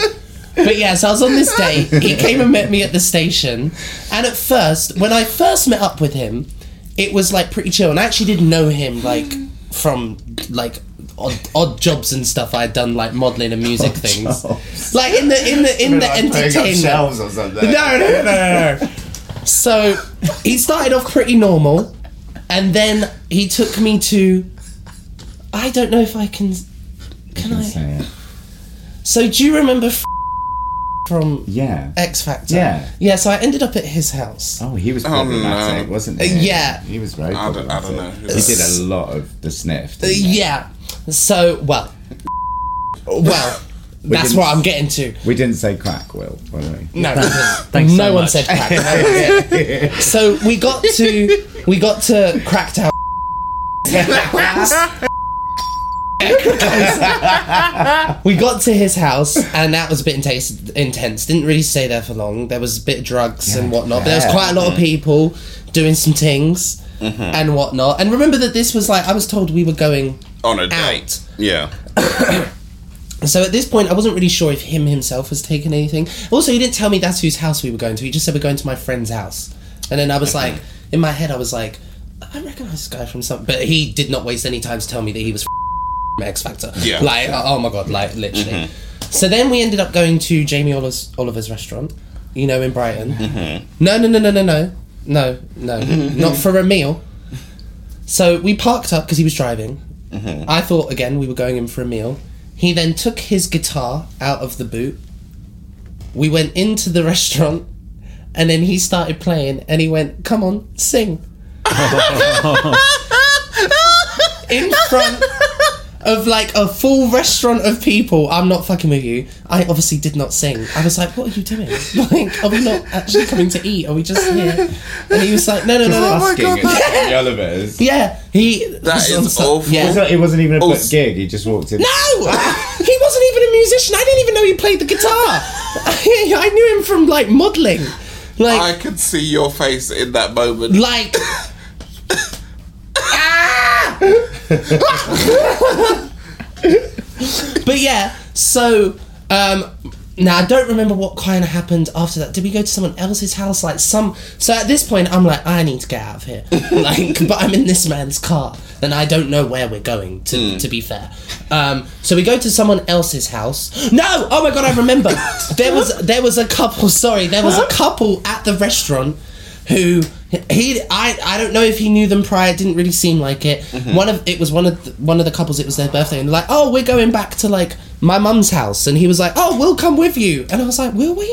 B: but yeah, so I was on this date. He came and met me at the station, and at first, when I first met up with him, it was like pretty chill, and I actually didn't know him like from like odd, odd jobs and stuff I had done, like modelling and music things, like in the in the in the
C: Like putting up
B: entertainment.
C: shelves or something.
B: No, no, no, no, no. So he started off pretty normal, and then he took me to. I don't know if I can. Can I?
C: Say it.
B: So do you remember f- from
C: Yeah.
B: X Factor?
C: Yeah.
B: Yeah. So I ended up at his house.
C: Oh, he was
D: no.
C: problematic, wasn't he?
B: Uh, yeah.
C: He was very
D: I don't-
C: problematic.
D: I don't know.
C: He did a lot of the sniff.
B: Uh,
C: didn't he?
B: yeah. So well, well, that's
C: didn't-
B: what I'm getting to.
C: We didn't say crack, Will, by the way.
B: No,
E: Thanks
B: no
E: so
B: one
E: much.
B: said crack. No one did. so we got to we got to Cracktown, We got to his house, and that was a bit intense. intense. Didn't really stay there for long. There was a bit of drugs and whatnot, but there was
C: yeah. Mm-hmm.
B: quite a lot of people doing some things and whatnot. And remember that this was like I was told we were going.
D: on a
B: Out.
D: date. Yeah.
B: So at this point, I wasn't really sure if him himself was taking anything. Also, he didn't tell me that's whose house we were going to. He just said we're going to my friend's house, and then I was like, in my head, I was like, I recognise this guy from something, but he did not waste any time to tell me that he was from X Factor.
D: Yeah.
B: like oh my god, like literally. So then we ended up going to Jamie Oliver's, Oliver's restaurant, you know, in Brighton. No, no, no, no, no, no, no, no, not for a meal. So we parked up because he was driving. I thought again we were going in for a meal. He then took his guitar out of the boot. We went into the restaurant, and then he started playing. And he went, "Come on, sing." in front of like a full restaurant of people. I'm not fucking with you. I obviously did not sing. I was like, what are you doing? Like, are we not actually coming to eat? Are we just here? And he was like, no, no, no, no.
C: Busking at the Olivers.
B: Yeah, he.
D: That is awful.
C: It's
B: Yeah.
C: not- It wasn't even a
D: Oh,
C: booked
D: s-
C: gig. He just walked in.
B: No, he wasn't even a musician. I didn't even know he played the guitar. I, I knew him from like modelling, like
D: I could see your face in that moment.
B: like. Ah! but yeah, so um, now I don't remember what kind of happened after that. Did we go to someone else's house? Like some. So at this point, I'm like, I need to get out of here. like, but I'm in this man's car, and I don't know where we're going. To to be fair, um, so we go to someone else's house. No, oh my god, I remember. there was there was a couple. Sorry, there was a couple at the restaurant who he I, I don't know if he knew them prior it didn't really seem like it one of it was one of the, one of the couples it was their birthday and they're like oh we're going back to like my mum's house and he was like oh we'll come with you and I was like will we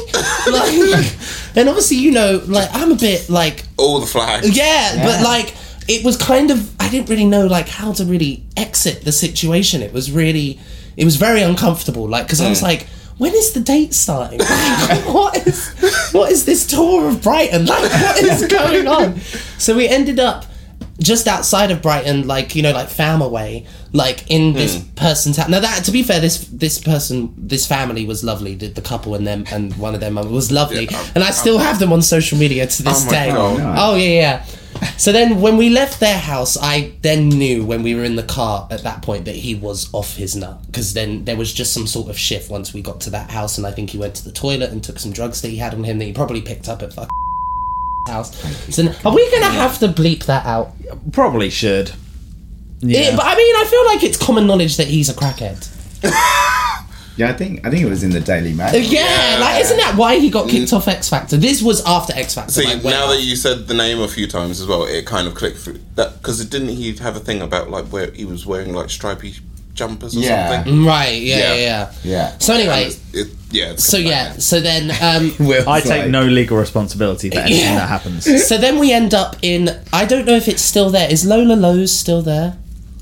B: like and obviously you know like I'm a bit like
D: All the flags.
B: yeah, but like it was kind of I didn't really know like how to really exit the situation. It was really it was very uncomfortable. Like because I
D: Mm.
B: was like, when is the date starting? Like, what is what is this tour of Brighton? Like what is going on? So we ended up just outside of Brighton, like you know, like Famaway, like in this
D: Mm.
B: person's house. Now that, to be fair, this this person, this family was lovely. The, the couple and them and one of their mum was lovely,
D: Yeah, I'm-
B: and I still have them on social media to this
D: my
B: day.
D: God.
C: Nice.
B: Oh yeah, yeah. So then, when we left their house, I then knew when we were in the car at that point that he was off his nut because then there was just some sort of shift once we got to that house, and I think he went to the toilet and took some drugs that he had on him that he probably picked up at fucking house. So n- are we gonna have to bleep that out?
E: Probably should.
B: Yeah,
E: Yeah.
B: but I mean, I feel like it's common knowledge that he's a crackhead.
C: Yeah, I think I think it was in the Daily Mail.
B: Uh, Yeah, like isn't that why he got kicked off X Factor? This was after X Factor.
D: See,
B: like, way
D: now
B: after.
D: that you said the name a few times as well, it kind of clicked through. That because it didn't he have a thing about like where he was wearing like stripy jumpers or
C: Yeah.
D: something?
B: right? Yeah, yeah,
D: Yeah.
B: yeah.
C: Yeah.
B: So anyway,
D: It's- It, yeah. it's
B: so
D: come back
B: yeah,
D: now.
B: so then um,
C: Will's
E: I take
C: like-
E: no legal responsibility for anything
B: Yeah.
E: that happens.
B: So then we end up in. I don't know if it's still there. Is Lola Lowe's still there?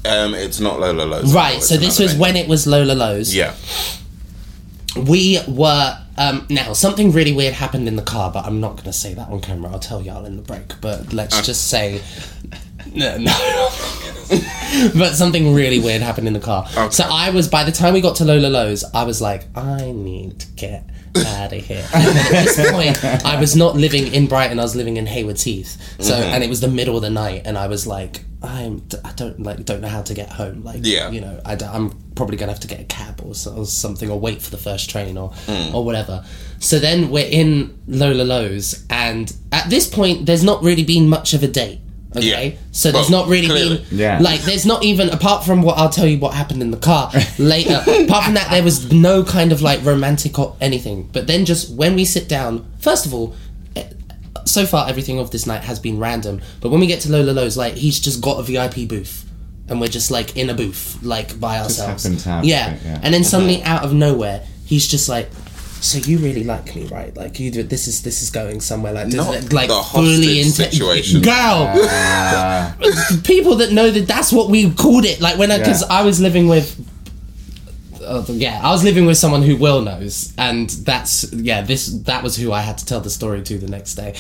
D: Um, it's not Lola Lowe's.
B: Right.
D: It's
B: So this
D: another
B: was
D: venue.
B: when it was Lola Lowe's.
D: Yeah.
B: We were. Um, now something really weird happened in the car, but I'm not going to say that on camera. I'll tell y'all in the break. But let's just say. No, no. but something really weird happened in the car. So I was by the time we got to Lola Lowe's, I was like, I need to get out of here. And at this point, I was not living in Brighton. I was living in Haywards Heath. So and it was the middle of the night, and I was like, I'm I don't like don't know how to get home. Like
D: Yeah.
B: you know, I am probably gonna have to get a cab or, so- or something, or wait for the first train or or whatever. So then we're in Lola Lowe's, and at this point, there's not really been much of a date. Okay,
D: Yeah.
B: so there's
D: Well,
B: not really
D: clearly.
B: been
C: Yeah.
B: like there's not even apart from what I'll tell you what happened in the car later. apart from that, there was no kind of like romantic or anything. But then just when we sit down, first of all, eh, so far everything of this night has been random. But when we get to Lola Lowe's, like he's just got a VIP booth. And we're just like in a booth, like by ourselves.
C: happened to have
B: yeah.
C: it, yeah.
B: And then suddenly out of nowhere, he's just like so you really like me, right? Like you do. This is this is going somewhere like
D: Not
B: this- like
D: the
B: fully
D: hostage
B: into
D: situation.
B: Girl,
C: Ah,
B: people that know that that's what we called it. Like when I because
C: Yeah.
B: I was living with uh, yeah, I was living with someone who will knows, and that's yeah. This that was who I had to tell the story to the next day,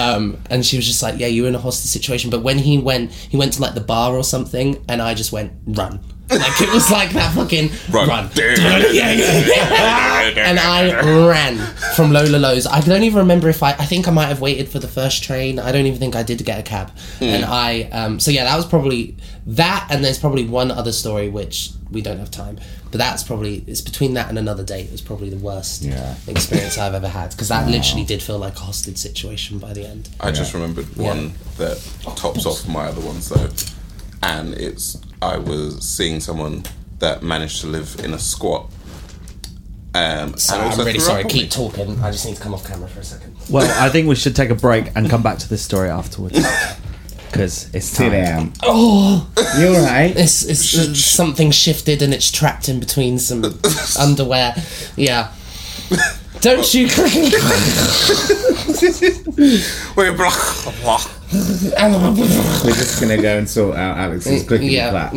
B: um, and she was just like, "Yeah, you were in a hostage situation." But when he went, he went to like the bar or something, and I just went run. Like it was like that fucking
D: Run.
B: run. yeah, yeah, yeah. and I ran from Lola Lowe's. I don't even remember if I. I think I might have waited for the first train. I don't even think I did get a cab.
D: Hmm.
B: And I. Um, so yeah, that was probably that. And there's probably one other story which we don't have time. But that's probably it's between that and another date was probably the worst
C: Yeah.
B: experience I've ever had because that literally did feel like a hostage situation by the end.
D: I just remembered one that tops off my other ones though, and it's I was seeing someone that managed to live in a squat. Um,
B: So
D: and also
B: I'm really
D: threw
B: sorry.
D: up on
B: Keep
D: me.
B: talking. I just need to come off camera for a second.
E: Well, I think we should take a break and come back to this story afterwards. Because it's
C: Sit
E: time.
C: down. Oh, you all right?
B: It's, it's uh, something shifted and it's trapped in between some underwear. Yeah. Don't you?
D: Wait, blah, blah.
C: We're just gonna go and sort out Alex's clicking
B: yeah.
C: clap.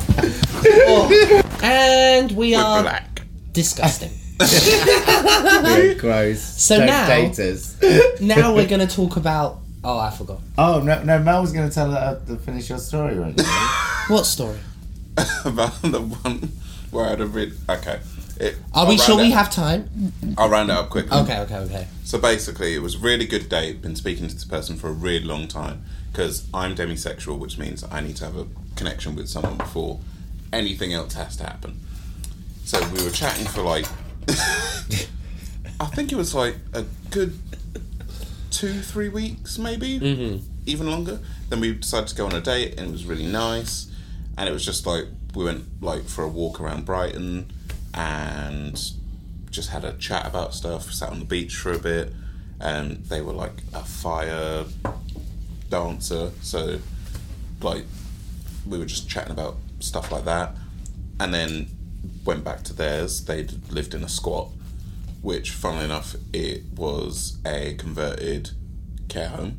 B: Yeah. and we
D: We're
B: are
D: black.
B: disgusting.
C: We're gross. So Don't
B: now-
C: date us.
B: Now we're going to talk about. Oh, I forgot.
C: Oh no, no, Mel was gonna tell her uh, to finish your story, weren't you?
B: What story?
D: About the one where I'd have read. Okay. It,
B: Are
D: I'll
B: we
D: round
B: sure
D: it- Mm-hmm.
B: we have time?
D: I'll round it up quickly.
B: Okay, okay, okay.
D: So basically, it was a really good date. Been speaking to this person for a really long time because I'm demisexual, which means I need to have a connection with someone before anything else has to happen. So we were chatting for like, I think it was like a good two, three weeks, maybe even longer. Then we decided to go on a date, and it was really nice. And it was just like we went like for a walk around Brighton, and just had a chat about stuff. Sat on the beach for a bit, and they were like a fire dancer, so like we were just chatting about stuff like that, and then went back to theirs. They'd lived in a squat, which, funnily enough, it was a converted care home,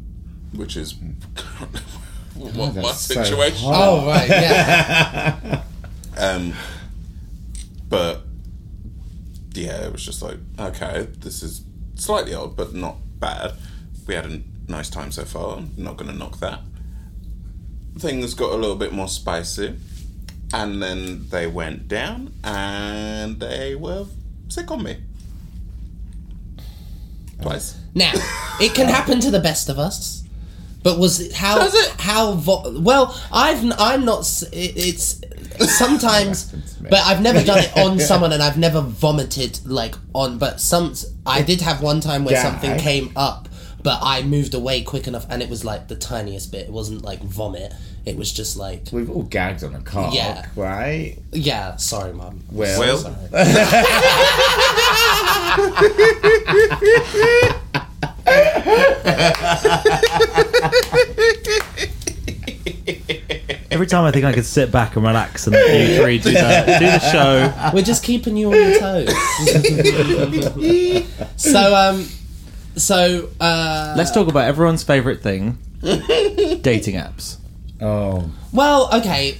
D: which is what my
C: that's so
D: situation.
C: hot.
B: Oh, right, yeah.
D: Um, but yeah, it was just like, okay, this is slightly odd, but not bad. We had a nice time so far. I'm not going to knock that. Things got a little bit more spicy, and then they went down, and they were sick on me. Twice.
B: Now, it can happen to the best of us. But was it how
D: Does it?
B: how vo- well? I've n- I'm not. s- It, it's sometimes,
C: Happened to me.
B: but I've never done it on someone, and I've never vomited like on. But some I did have one time where
C: Yeah,
B: something
C: I-
B: came up, but I moved away quick enough, and it was like the tiniest bit. It wasn't like vomit. It was just like
C: We've all gagged on a cock,
B: Yeah.
C: right?
B: yeah. Sorry, mum.
C: Well,
D: Well,
E: Every time I think I could sit back and relax and let you three do the, do the show.
B: We're just keeping you on your toes. so um, so uh.
E: Let's talk about everyone's favourite thing dating apps.
C: oh,
B: Well, okay.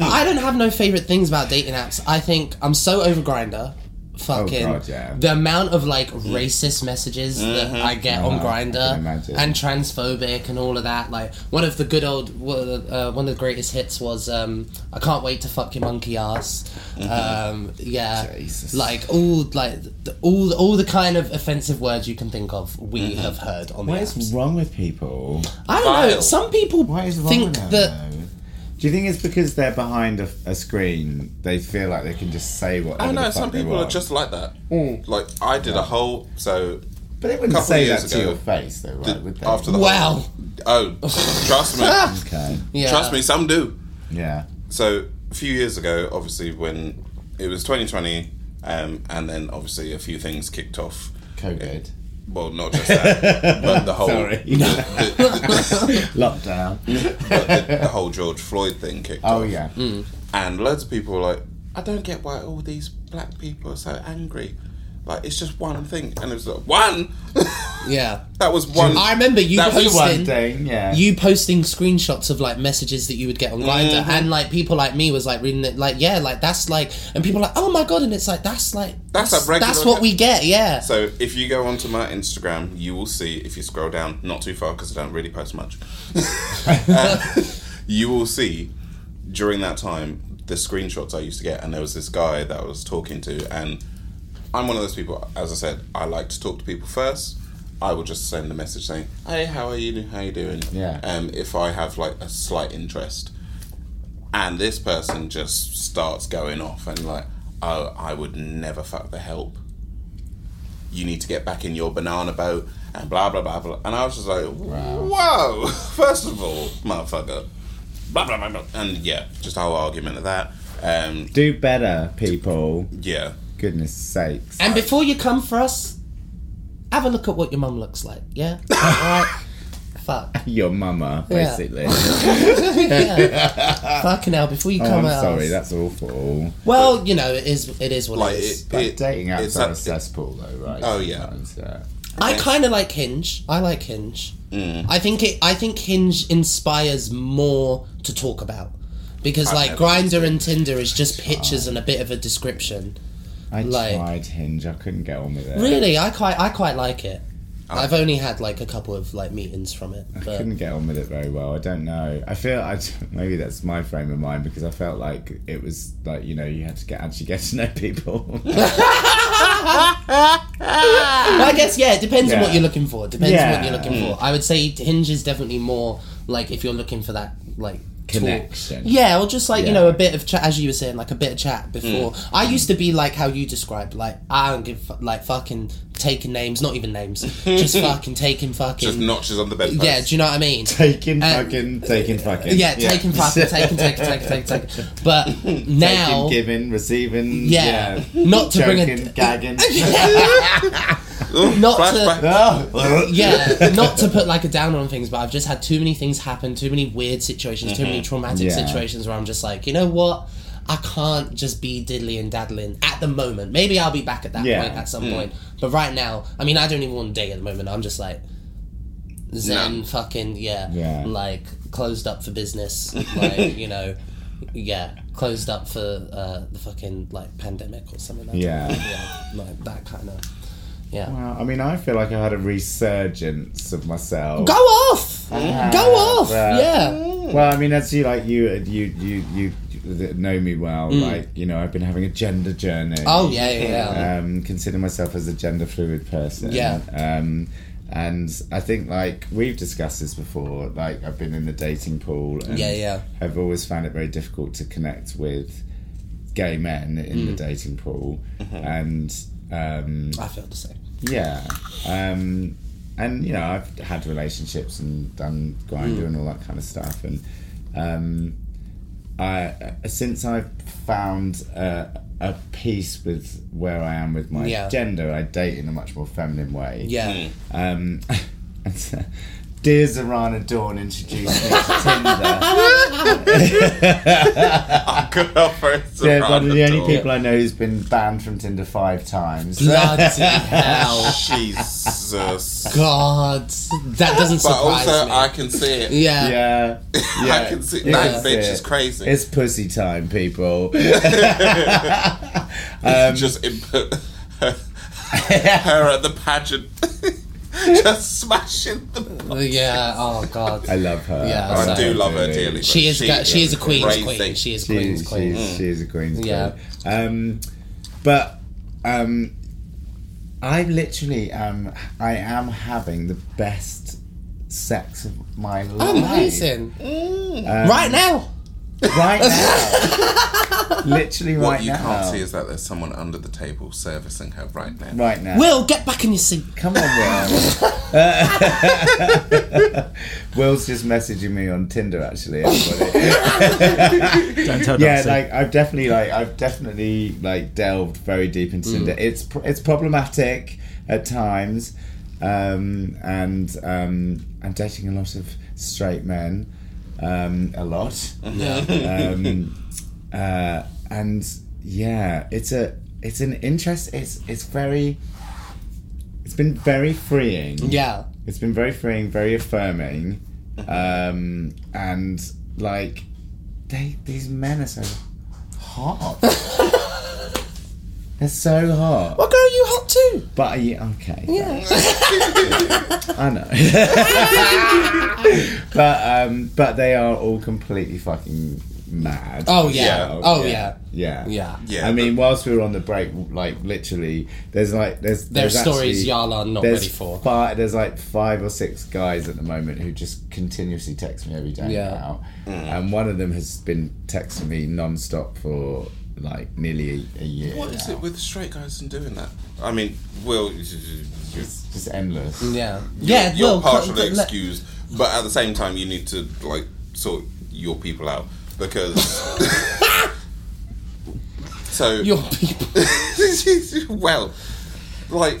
B: I don't have no favorite things about dating apps. I think I'm so over Grinder. Fucking
C: Oh, God, yeah. Mm. Mm-hmm.
B: the amount of like racist messages that I get on Grinder
C: Uh-huh. can imagine.
B: and transphobic and all of that. Like one of the good old uh, one of the greatest hits was um, I can't wait to fuck your monkey ass. Um, yeah,
C: Mm-hmm. Jesus.
B: like all like the, all all the kind of offensive words you can think of, we have heard on the
C: what
B: apps.
C: Mm-hmm. is wrong with people?
B: I don't know.
D: Vile.
B: Some people
C: What is wrong
B: think
C: with them?
B: that
C: though? Do you think it's because they're behind a, a screen? They feel like they can just say whatever.
D: I know
C: the fuck
D: some
C: they
D: people are
C: want?
D: just like that.
B: Mm.
D: Like I did a whole so.
C: But they wouldn't
D: couple
C: say
D: years
C: that to
D: ago,
C: your face, though, right? would they?
D: After the
B: Wow.
D: whole, oh, trust me,
C: okay,
B: yeah.
D: trust me, some do.
C: yeah,
D: so a few years ago, obviously when it was 2020, um, and then obviously a few things kicked off.
C: COVID,
D: Well, not just that, but the whole
C: Sorry.
D: the,
C: lockdown.
D: the- the whole George Floyd thing kicked off.
C: Oh yeah,
D: Mm. And loads of people were like, I don't get why all these black people are so angry. Like it's just one thing, and it was like one.
B: yeah.
D: That was one.
B: I remember you
D: That was
B: posting
C: one thing, yeah.
B: you posting screenshots of like messages that you would get on Grindr,
D: Mm-hmm.
B: and like people like me was like reading it, like yeah, like that's like, and people are like, oh my god, and it's like that's like
D: That's a regular
B: that's what
D: thing.
B: we get, yeah.
D: So if you go onto my Instagram, you will see if you scroll down, not too far because I don't really post much. um, you will see during that time the screenshots I used to get, and there was this guy that I was talking to, and I'm one of those people. As I said, I like to talk to people first. I will just send a message saying, "Hey, how are you? How you doing?"
C: Yeah.
D: Um, if I have like a slight interest, and this person just starts going off and like, "Oh, I would never fuck the help." you need to get back in your banana boat and blah blah blah blah. And I was just like, whoa! First of all, motherfucker, blah blah blah, blah. and yeah, just a whole argument of that. Um,
C: Do better, people.
D: yeah,
C: Goodness sakes.
B: And before you come for us, have a look at what your mum looks like, yeah. All right, fuck,
C: Your mama,
B: Yeah.
C: basically.
B: yeah. fucking hell. Before you
C: oh,
B: come
C: I'm
B: out,
C: sorry, that's awful.
B: well, you know, it is it is what
D: like
B: it is.
D: it,
C: But
D: it-
C: dating
D: it's
C: apps are a
D: that-
C: cesspool, though, right?
D: Oh, yeah.
C: Sometimes, yeah.
B: I kind of like Hinge. I like Hinge. I think it. I think Hinge inspires more to talk about because like
D: never
B: Grinder and Tinder is just pictures and a bit of a description.
C: I
B: Like-
C: tried Hinge, I couldn't get on with it.
B: Really, I quite I quite like it. I've only had like a couple of like meetings from it,
C: I
B: but
C: couldn't get on with it very well. I don't know. I feel I maybe that's my frame of mind because I felt like it was like you know you had to get actually get to know people.
B: Well, I guess yeah. It depends on what
C: Yeah.
B: you're looking for. It Depends on what
C: Yeah. Mm.
B: you're looking for. I would say Hinge is definitely more like if you're looking for that like talk-
C: Connection.
B: Yeah, or just like you
C: Yeah. Mm.
B: know a bit of chat, as you were saying, like a bit of chat before. I used to be like how you described, like I don't give fu- like fucking taking names, not even names, just fucking taking fucking.
D: just notches on the bed.
B: yeah, do you know what I mean?
C: taking
B: Uh,
C: fucking, taking fucking.
B: yeah, taking fucking, taking, taking, taking, taking, taking. But now,
C: Taking, giving, receiving.
B: yeah,
C: Yeah.
B: not to
C: Joking,
B: bring a
C: gagging.
D: Ooh,
B: Not
D: flashback.
B: to-
C: Oh.
B: yeah, not to put like a down on things, but I've just had too many things happen, too many weird situations, too many traumatic
C: Mm-hmm. Yeah.
B: situations where I'm just like, you know what? I can't just be diddly and daddling at the moment. Maybe I'll be back at that
C: Yeah. Mm.
B: point at some point. But right now, I mean, I don't even want to date at the moment. I'm just like zen, fucking yeah,
C: Yeah.
B: like closed up for business, like you know, yeah, closed up for uh, the fucking like pandemic or something. Like
C: Yeah.
B: that. yeah, like that kind of yeah.
C: Well, I mean, I feel like I had a resurgence of myself.
B: Go off! Go off!
C: well.
B: Yeah.
C: Well, I mean, that's you. Like you, you, you, you that know me well. Like you know, I've been having a gender journey.
B: Mm. Oh, yeah, yeah, yeah.
C: Um, consider myself as a gender fluid person.
B: Yeah.
C: Um, and I think like we've discussed this before. Like I've been in the dating pool. And
B: Yeah, yeah.
C: I've always found it very difficult to connect with gay men in
B: Mm.
C: the dating pool,
B: Mm-hmm.
C: and um,
B: I feel the same.
C: yeah. Um, and, you know, I've had relationships and done grinder
B: Mm.
C: and all that kind of stuff. And um, I, uh, since I've found uh, a peace with where I am with my
B: Yeah.
C: gender, I date in a much more feminine way.
B: Yeah.
C: Um, and so, Dear Zarana Dawn introduced me to Tinder.
D: Good offers
C: They're
D: around
C: one of the only
D: door.
C: people I know who's been banned from Tinder five times.
B: Bloody hell.
D: Jesus.
B: God. That doesn't
D: But
B: surprise
D: also,
B: me.
D: I can see it.
B: yeah.
C: Yeah.
D: I can see
C: Yeah.
D: that bitch is crazy.
C: It's pussy time, people. Um,
D: just input her, her at the pageant, just smashing the.
B: Yeah. Oh, God.
C: I love her.
B: Yeah,
D: I
B: so-
D: do love her dearly. but
B: she is she, she is a queen's
D: crazy.
B: queen. She is
C: She's,
B: queen's queen.
C: She's, she's a queen's queen.
B: Yeah.
C: Um, but um, I literally am. I am having the best sex of my life.
B: Oh, Amazing. Mm. right now.
C: Right now. literally right
D: What you
C: now.
D: can't see is that there's someone under the table servicing her right now.
C: right now.
B: Will, get back in your seat.
C: Come on, Will. Will's just messaging me on Tinder, actually. Everybody.
E: Don't tell
C: yeah,
E: Darcy.
C: like I've definitely like I've definitely like delved very deep into Tinder. It's pr- it's problematic at times, um, and um, I'm dating a lot of straight men, um, a lot, um, uh, and yeah, it's a it's an interest. It's it's very It's been very freeing.
B: Yeah.
C: It's been very freeing, very affirming, um, and like they, these men are so hot. They're so hot.
B: Well, girl, you hot too.
C: But yeah, okay.
B: Yeah.
C: I know. but um, but they are all completely fucking mad.
B: Oh yeah.
D: Yeah.
B: Oh yeah.
C: yeah. Yeah.
B: Yeah.
D: Yeah,
C: I mean, whilst we were on the break, like literally, there's like there's
B: There are
C: there's
B: stories
C: actually-
B: y'all are not
C: there's
B: ready for.
C: fi- there's like five or six guys at the moment who just continuously text me every day
B: Yeah.
C: now,
D: Mm.
C: and one of them has been texting me non-stop for like nearly a, a year.
D: What is
C: now.
D: it with straight guys and doing that? I mean, Will, you- you- you-
C: It's just endless.
B: Yeah.
D: you're,
B: Yeah.
D: you're
B: well, cut-
D: partially
B: cut- let-
D: excused, but at the same time, you need to like sort your people out because. so
B: Your people.
D: well, like,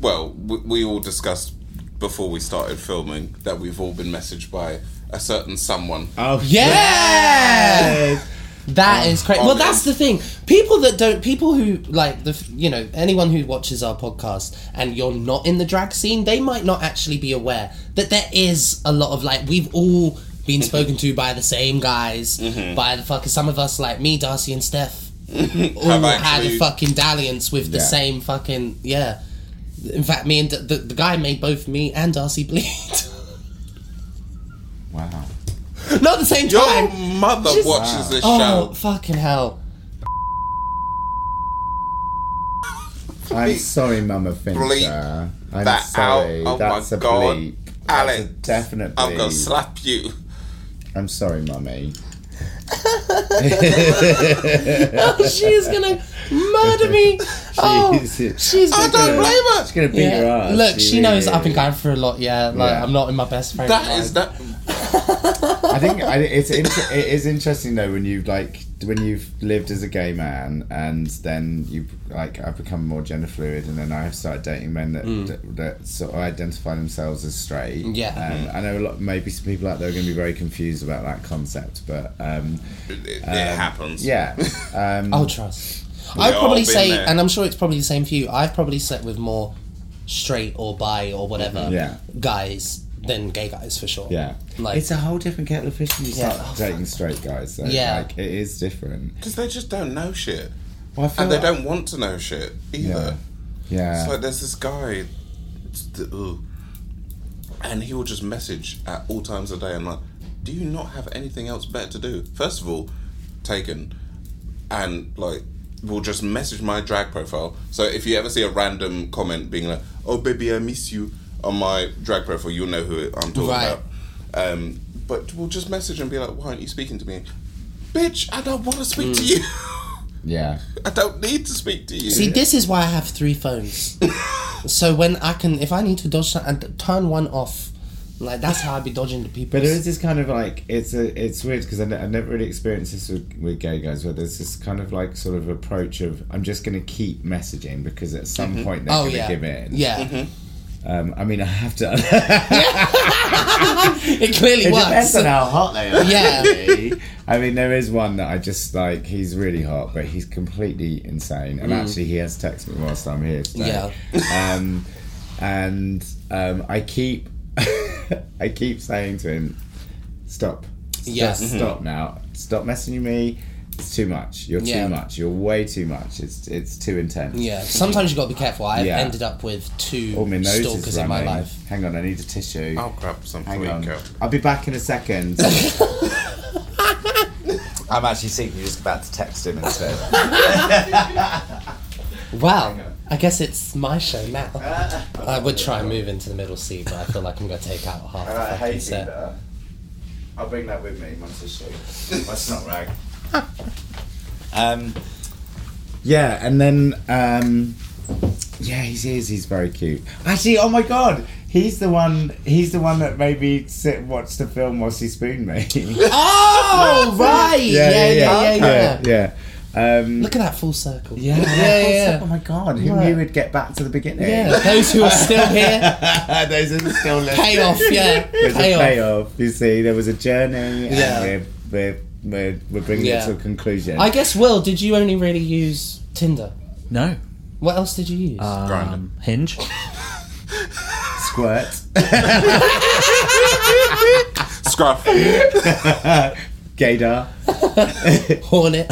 D: well, we, we all discussed before we started filming that we've all been messaged by a certain someone.
C: Oh
B: Yeah. That is crazy. Well,
D: okay.
B: that's the thing. People that don't, people who like the, f- you know, anyone who watches our podcast and you're not in the drag scene, they might not actually be aware that there is a lot of like we've all been spoken to by the same guys, by the fuckers. Some of us, like me, Darcy, and Steph, all had a
D: actually-
B: fucking dalliance with the
C: Yeah.
B: same fucking yeah. In fact, me and the, the guy made both me and Darcy bleed.
C: Wow.
B: not at the same
D: Your
B: time.
D: mother
B: Just-
D: watches this
B: Oh
D: show.
B: fucking hell!
C: I'm sorry, Mama Fincher.
D: Bleep
C: I'm
D: that
C: sorry.
D: out. Oh
C: That's
D: my
C: a
D: god,
C: bleep.
D: Alex!
C: That's a definite
D: I'm gonna
C: bleep.
D: slap you.
C: I'm sorry, Mummy.
B: Oh, she is gonna murder me. Oh,
C: She's-
B: she's
D: I
B: gonna.
D: don't blame her.
C: She's gonna beat your ass.
B: Look, she, knows
C: really
B: I've been
C: is.
B: going through a lot. Yeah, like
C: Yeah.
B: I'm not in my best friend.
D: That
B: line.
D: is that.
C: I think I, it's inter- it is interesting though when you've like when you've lived as a gay man and then you like I've become more gender fluid and then I have started dating men that that, that sort of identify themselves as straight.
B: Mm. Yeah. Mm.
C: um, I know a lot. Maybe some people out there are going to be very confused about that concept, but um,
D: It, it
C: um,
D: happens.
C: Yeah, um,
B: I'll trust. I
D: all
B: probably
D: been
B: say,
D: there.
B: and I'm sure it's probably the same for you. I've probably slept with more straight or bi or whatever
C: Yeah.
B: guys than gay guys for sure.
C: yeah.
B: Like-
C: it's a whole different kettle of fish when you
B: Yeah.
C: start dating straight guys. Though.
B: Yeah.
C: like it is different.
D: Because they just don't know shit.
C: Well, I feel
D: And they
C: like-
D: don't want to know shit either.
C: Yeah.
B: Uh.
D: It's like there's this guy, it's the- ooh. and he will just message at all times of the day. I'm like, do you not have anything else better to do? First of all, taken, and like, will just message my drag profile. So if you ever see a random comment being like, "Oh baby, I miss you" on my drag profile, you'll know who I'm talking
B: Right.
D: about. Um, but we'll just message and be like, "Why aren't you speaking to me?" Bitch, I don't want to speak to you.
C: yeah.
D: I don't need to speak to you.
B: Hmm. See, this is why I have three phones. so when I can, if I need to dodge, some- and turn one off, like that's how I be dodging the people.
C: But there is this kind of like it's a it's weird because I ne- I never really experienced this with, with gay guys where there's this kind of like sort of approach of I'm just going to keep messaging because at some point they're
B: oh
C: going to
B: yeah,
C: give in.
B: yeah.
C: Um, I mean, I have done. it
B: It clearly works.
C: depends on how hot they are.
B: Yeah.
C: really. I mean, there is one that I just like. He's really hot, but he's completely insane. And
B: Mm.
C: actually, he has texted me whilst I'm here today. Yeah. Um, and um, I keep I keep saying to him, stop.
B: Yeah.
C: Just stop now. Stop messaging me. It's too much. You're
B: Yeah.
C: too much. You're way too much. It's it's too intense.
B: Yeah, sometimes you got to be careful. I've
C: Yeah.
B: ended up with two
C: Oh, my nose
B: stalkers
C: is
B: in
C: running.
B: my life.
C: Hang on, I need a tissue.
D: I'll grab some for
C: Hang
D: you,
C: on.
D: Kel.
C: I'll be back in a second. I'm actually secretly just about to text him instead.
B: Wow, I guess it's my show now. I would try and move into the middle seat, but I feel like I'm going to take out half the
C: I
B: fucking
C: hate
B: set.
C: that. I'll bring that with me, my tissue. That's not rag. um, yeah, and then um, yeah, he is. He's very cute. Actually, oh my god, he's the one. He's the one that made me sit and watch the film whilst he spooned me. yeah,
B: Oh right, yeah, yeah, yeah, yeah.
C: yeah, yeah. Um,
B: Look at that full circle.
C: yeah,
B: yeah,
C: Oh
B: yeah.
C: my god, who
B: Right.
C: knew we'd get back to the beginning?
B: Yeah, those who are still here,
C: Those are still listening.
B: pay off. Yeah,
C: There's
B: pay
C: a
B: off.
C: payoff. You see, there was a journey, and
B: Yeah.
C: we're, we're, we're, we're bringing
B: Yeah.
C: it to a conclusion.
B: I guess Will, did you only really use Tinder?
E: No.
B: What else did you use?
C: Uh,
D: Grinder.
E: Um, hinge.
C: Squirt.
D: Scruff.
C: Gaydar.
B: Hornet,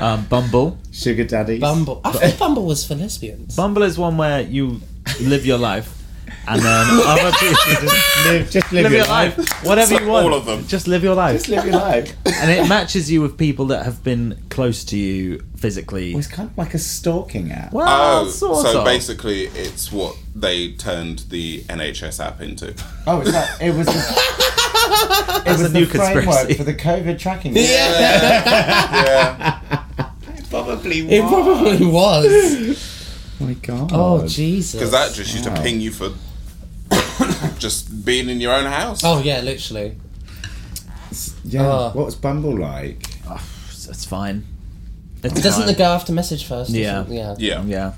E: Um, Bumble.
C: Sugar daddies.
B: Bumble. I thought Bumble was for lesbians.
E: Bumble is one where you live your life, and then other people just
C: Live, just live,
E: live your life, whatever you
D: Like
E: want.
D: all of them.
E: Just live your life,
C: Just live your life. It
E: and it matches you with people that have been close to you physically.
C: was kind of like a stalking app.
E: Well,
D: Oh,
E: sort
D: so
E: of.
D: basically, it's what they turned the NHS app into.
C: Oh, it's like, it was. The, it was
E: a
C: the
E: new
C: framework
E: conspiracy.
C: for the COVID tracking.
D: Yeah,
C: probably.
B: It probably was.
C: Oh my god.
B: Oh Jesus!
D: because that just used
C: Wow.
D: to ping you for just being in your own house.
B: Oh yeah, literally.
C: Yeah.
B: Oh.
C: What was Bumble like?
E: It's it's Oh, fine. It's
B: Doesn't
E: fine.
B: the go after message first? or
E: Yeah.
B: something? yeah.
D: Yeah.
E: Yeah.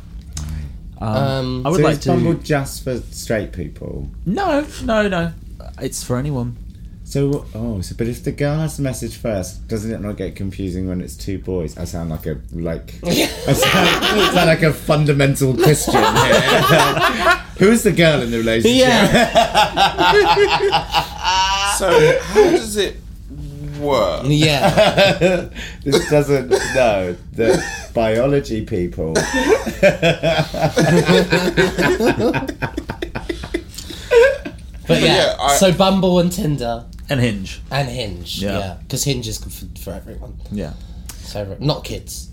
B: Um,
E: I would
C: so
E: like
C: is
E: to.
C: Bumble just for straight people?
E: No, no, no. It's for anyone.
C: So oh, so but if the girl has the message first, doesn't it not get confusing when it's two boys? I sound like a like I sound, I sound like a fundamental Christian here. Who's the girl in the relationship?
B: yeah.
D: So how does it work?
B: Yeah.
C: This doesn't no the biology people.
B: But yeah.
D: yeah, I-
B: so Bumble and Tinder
E: And Hinge.
B: and Hinge.
E: Yeah.
B: Yeah. Because Hinge is good for, for everyone.
E: Yeah.
B: So every- not kids.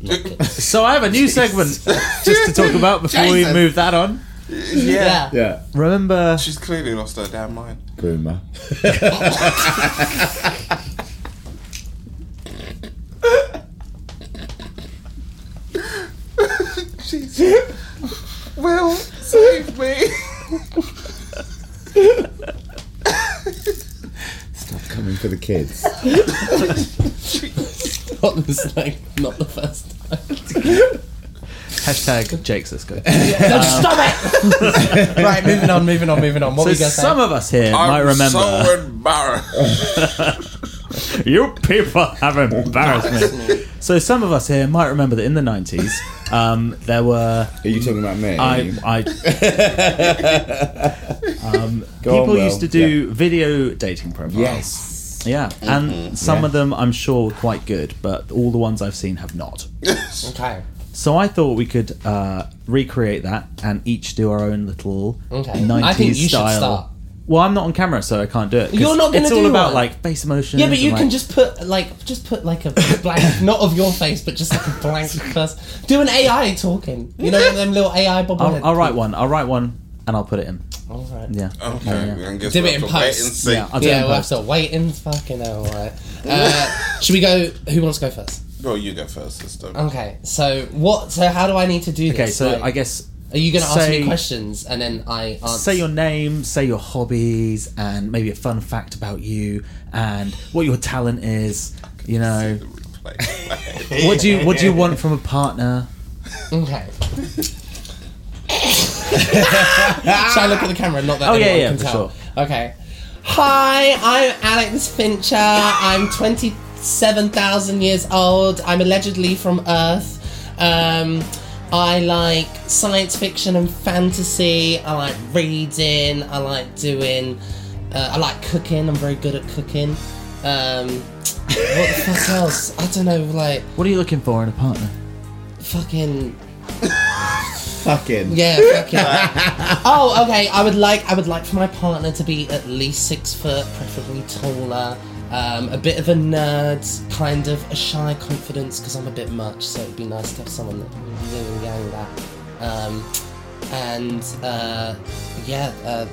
B: Not kids.
E: So I have a new segment just to talk about before we
D: Jason.
E: move that on.
B: yeah.
C: Yeah,
E: Remember,
D: She's clearly lost her damn mind.
C: groomer.
D: Will save me.
C: Stop coming for the kids.
B: Not this like not the first time.
E: hashtag Jake's Cisco.
B: right. Moving on. Moving on. Moving on. What
E: So
B: were you gonna say?
E: some of us here might
D: I'm
E: remember.
D: so embarrassed.
E: You people have embarrassed me. So some of us here might remember that in the 90s, um, there were.
C: Are you talking about me?
E: I, I
C: Go on,
E: people
C: Will.
E: used to do video dating profiles.
C: Yes.
E: Yeah,
B: Mm-hmm.
E: and some of them I'm sure were quite good, but all the ones I've seen have not.
B: Okay.
E: So I thought we could uh, recreate that and each do our own little
B: Okay.
E: 90s
B: I think you should
E: style.
B: start.
E: Well, I'm not on camera, so I can't do it. 'cause
B: You're not gonna
E: It's all
B: do
E: about
B: one.
E: like face emotions.
B: Yeah, but
E: and,
B: you
E: like-
B: can just put like just put like a blank, not of your face, but just like a blank first. Do an AI talking. You know one of them little AI bob.
E: I'll, I'll write one. I'll write one, and I'll put it in.
B: All right.
E: Yeah.
D: Okay, I guess
B: Do
D: we'll
B: it in
D: have to wait
B: post.
D: and see.
E: Yeah, I'll do it.
B: Yeah,
E: in
B: we'll have
E: post.
B: to wait and fucking hell. Right. Uh, should we go? Who wants to go first?
D: Well, you go first this time.
B: Okay. So what? So how do I need to do
E: Okay,
B: this?
E: so
B: Like, uh,
E: I guess
B: are you going to ask
E: say-
B: me questions and then I answer?
E: say your name, say your hobbies, and maybe a fun fact about you, and what your talent is. You know,
D: Play, play.
E: what do you what do you want from a partner?
B: Okay. Shall I look at the camera? Not that
E: Oh, yeah,
B: anyone
E: yeah,
B: can
E: for
B: tell.
E: sure.
B: Okay. Hi, I'm Alex Fincher. I'm 27,000 years old. I'm allegedly from Earth. Um, I like science fiction and fantasy. I like reading. I like doing. Uh, I like cooking. I'm very good at cooking. Um, what the fuck else? I don't know. Like
E: What are you looking for in a partner?
B: fucking
C: Fucking.
B: Yeah, fuck yeah. oh, okay. I would like I would like for my partner to be at least six foot, preferably taller. Um, a bit of a nerd, kind of a shy confidence because I'm a bit much. So it'd be nice to have someone that can yin and yang that. Um, and uh, yeah, uh,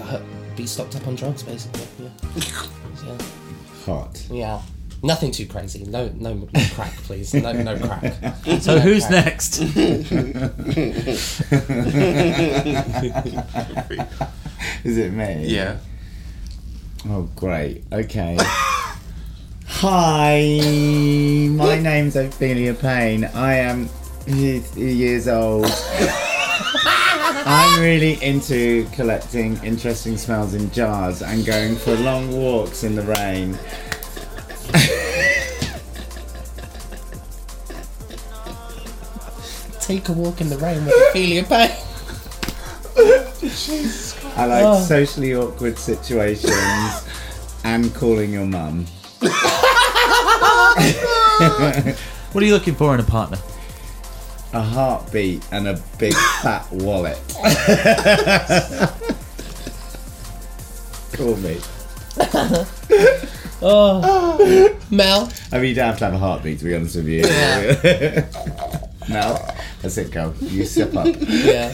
B: uh, be stocked up on drugs basically. Yeah. yeah.
C: Hot.
B: yeah. Nothing too crazy. No, no, no crack, please. No, no crack.
E: So
B: No
E: who's
B: crack.
E: next?
C: Is it me?
D: yeah.
C: Oh, great. Okay. Hi, my name's Ophelia Payne. I am 50 years old. I'm really into collecting interesting smells in jars and going for long walks in the rain.
B: take a walk in the rain with Ophelia Payne.
C: I like socially awkward situations and calling your mum.
E: What are you looking for in a partner?
C: A heartbeat and a big fat wallet. Call me.
B: Mel,
C: I mean, you don't have to have a heartbeat to be honest with you. no, that's it, girl. You step up.
B: yeah,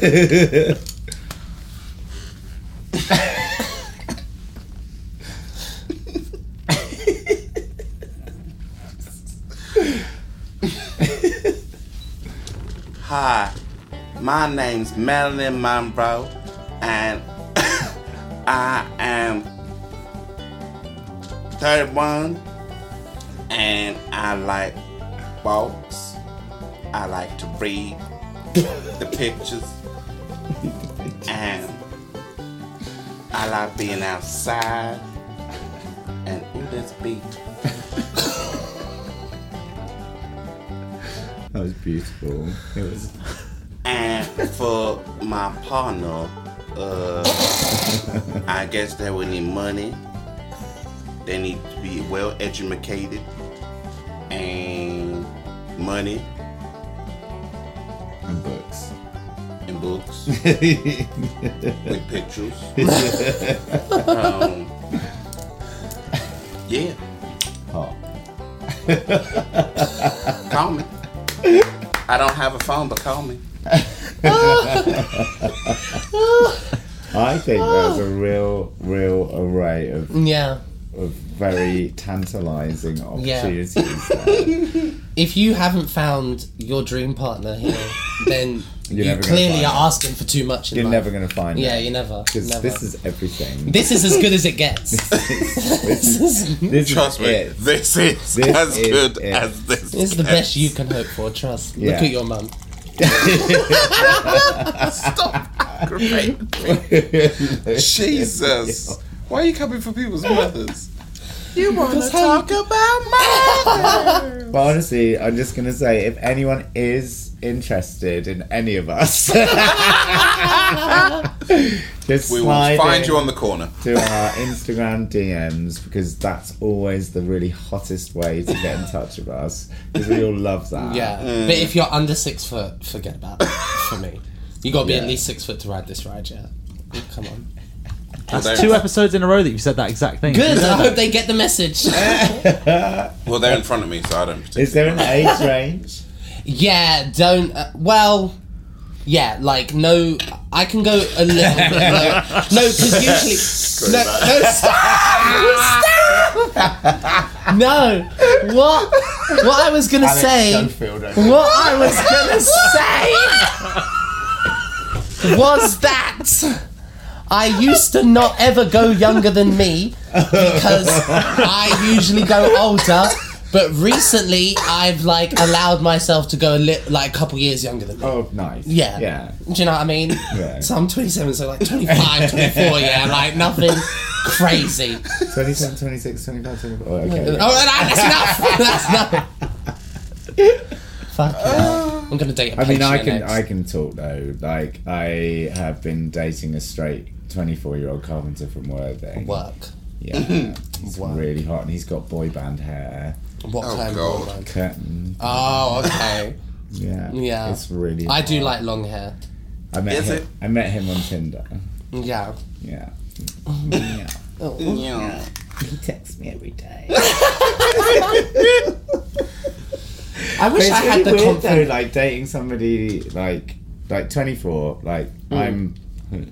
F: Hi, my name's Marilyn Monroe, and I am 31, and I like walks. I like to read the pictures, and I like being outside. And ooh, this beat.
C: That was beautiful. It was.
F: And for my partner, uh, I guess they will need money. They need to be well educated and money
C: And books.
F: and books with pictures. um, yeah,
C: Hot.
F: call me. I don't have a phone, but call me.
C: I think there's
B: Oh.
C: a real, real array of
B: yeah.
C: of very tantalizing opportunities.
B: If you haven't found your dream partner here, then
C: You're
B: you
C: never gonna
B: clearly
C: find
B: are asking for too much. In
C: You're
B: life.
C: never going to find
B: Yeah,
C: it.
B: you never.
C: Because
B: never.
C: this is everything.
B: This is as good as it gets. this, is, this
C: This
F: Trust
C: is
F: me,
C: it.
F: this is
C: This
F: as
C: is
F: good
C: it.
F: as this.
B: is the best you can hope for. Trust. Look
C: Yeah.
B: at your mum.
F: Great. Jesus. Why are you coming for people's mothers? You want to talk about mothers?
C: But honestly, I'm just going to say if anyone is interested in any of us, just
F: we will
C: slide
F: find
C: in
F: you on the corner.
C: to our Instagram DMs because that's always the really hottest way to get in touch with us because we all love that.
B: Yeah, but if you're under six foot, forget about it for me. You got to be at least six foot to ride this ride. Yeah, come on.
F: Well,
E: That's
F: they're-
E: two episodes in a row that you've said that exact thing.
B: Good. I hope they get the message.
F: Well, they're in front of me, so I don't particularly.
C: Is there an age range?
B: yeah. Don't. Uh, well. Yeah, like no, I can go a little bit lower. No, because usually no, no, stop, stop. No, what? What I was gonna say? What I was gonna say was that I used to not ever go younger than me because I usually go older. But recently, I've like allowed myself to go a li- like a couple years younger than me.
C: Oh, nice.
B: Yeah.
C: Yeah.
B: Do you know what I mean?
C: Yeah.
B: So I'm 27, so like 25, 24, yeah, like nothing crazy.
C: 27, 26, 25, 24. Oh, okay.
B: Oh, no, that's enough. That's enough. Fuck. yeah. I'm gonna date a
C: Uh, I mean, I can
B: next.
C: I can talk though. Like I have been dating a straight twenty four year old carpenter from Worthing.
B: work.
C: Yeah, he's really hot, and he's got boy band hair,
B: What
F: Oh,
B: kind
F: God.
B: of work?
C: curtain.
B: Oh, okay.
C: Yeah,
B: Yeah.
C: it's really.
B: I do
C: hot.
B: like long hair.
C: I met
F: Is
C: him.
F: it?
C: I met him on Tinder.
B: Yeah.
C: Yeah. yeah.
B: Oh.
F: Yeah.
C: He texts me every day.
B: I wish I had the
C: weird though,
B: confidence.
C: like dating somebody like like twenty four. Like
B: Mm.
C: I'm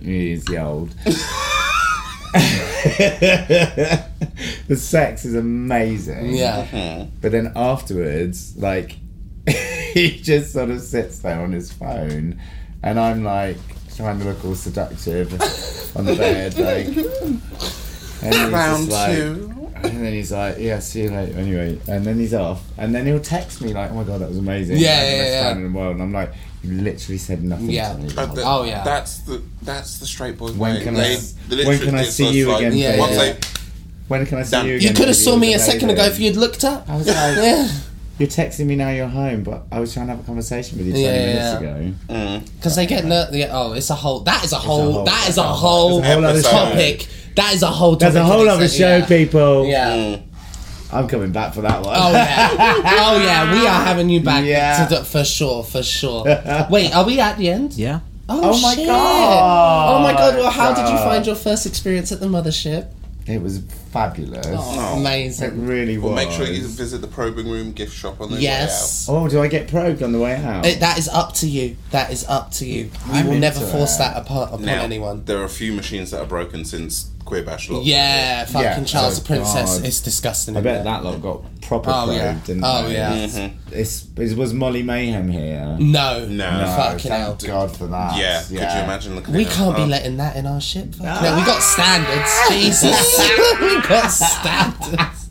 C: years old. the sex is amazing.
B: Yeah.
C: But then afterwards, like, he just sort of sits there on his phone, and I'm like trying to look all seductive on the bed, like. And he's
F: Round
C: just like-
F: two.
C: And then he's like, "Yeah, see you later." Anyway, and then he's off, and then he'll text me like, "Oh my god, that was amazing."
B: Yeah,
C: Like, the
B: yeah,
C: best
B: yeah.
C: friend in the world, and I'm like, "You literally said nothing
B: Yeah.
C: to me."
F: But the-
B: Oh, yeah.
F: That's the that's the straight boy.
C: When
F: way.
C: can I-
F: They-
C: when
F: literally
C: can I
F: it's
C: see
F: just
C: you
F: like,
C: again,
B: Yeah,
F: Once
B: yeah.
F: they
C: when can I see
F: Damn.
C: you
F: You
C: again?
B: You could have
C: baby?
B: saw me a
C: Amazing.
B: second ago if you'd looked up.
C: I was like,
B: Yeah.
C: You're texting me now you're home, but I was trying to have a conversation with you 20
B: Yeah, yeah,
C: minutes
B: yeah.
C: ago.
B: Because they get ner- yeah, oh, it's a whole. That is a whole.
C: whole-
B: that is a whole,
C: it's a whole other
B: topic. That is a whole. Topic
C: There's a whole
B: in
C: other show,
B: itself,
C: people.
B: Yeah. yeah.
C: I'm coming back for that one.
B: Oh yeah. oh yeah. We are having you back
C: Yeah.
B: to the, for sure. For sure. Wait, are we at the end?
E: Yeah.
B: Oh,
C: Oh my
B: shit.
C: God.
B: Oh my god. Well, how did you
C: God.
B: find your first experience at the mothership?
C: It was fabulous.
B: Oh,
C: It
B: amazing.
C: really was.
D: Well, make sure you visit the probing room gift shop on the
B: Yes.
C: Oh, do I get probed on the way out?
B: It, that is up to you. That is up to you. We
C: I'm
B: will never
C: into
B: force
C: that.
B: that apart upon
D: way out. Now,
B: anyone.
D: there are a few machines that are broken since Queer Bash Lockdown.
B: Yeah, fucking
C: Yeah,
B: Charles
C: oh
B: the Princess
C: God.
B: is disgusting.
C: I
B: in
C: bet
B: there.
C: that lot got proper
B: Oh,
C: probed,
B: yeah.
C: didn't
B: Oh,
C: they?
B: yeah.
C: It's, it was Molly Mayhem here.
B: No.
D: No.
C: Oh,
B: Fucking hell.
C: thank God for that.
D: Yeah, could you imagine looking
B: We
D: at
B: can't be
D: that?
B: letting that in our ship. fuck No, we got standards. Jesus. we got standards.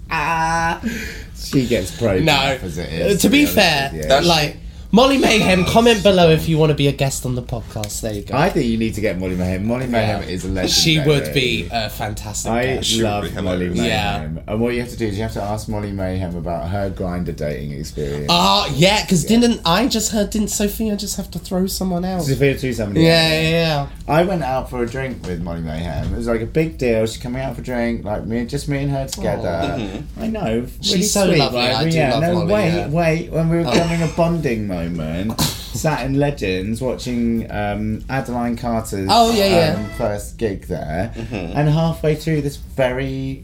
C: She gets probed
B: No.
C: enough as it is.
B: to be
C: honest
B: fair,
C: with you.
B: like, Molly Mayhem, comment below if you want to be a guest on the podcast. There you go.
C: I think you need to get Molly Mayhem. Molly Mayhem
B: Yeah.
C: is a legend.
B: she would be a fantastic
C: I
B: guest.
D: would
C: love
D: be
C: Molly
D: hilarious.
C: Mayhem. And what you have to do is you have to ask Molly Mayhem about her grinder dating experience.
B: Oh, yeah, because didn't I just heard, didn't Sophia just have to throw someone out?
C: Sophia to somebody.
B: Yeah, yeah, yeah.
C: I went out for a drink with Molly Mayhem. It was like a big deal. She's coming out for a drink, like me, just me and her together. I know. Really
B: Oh. She's so
C: sweet,
B: lovely.
C: right?
B: I
C: But
B: do
C: yeah,
B: love
C: no,
B: Molly,
C: wait,
B: yeah. Oh.
C: wait. When we were having a bonding moment, sat in Legends watching um, Adeline Carter's
B: Oh, yeah, yeah. Mm-hmm.
C: um, first gig there, and halfway through, this very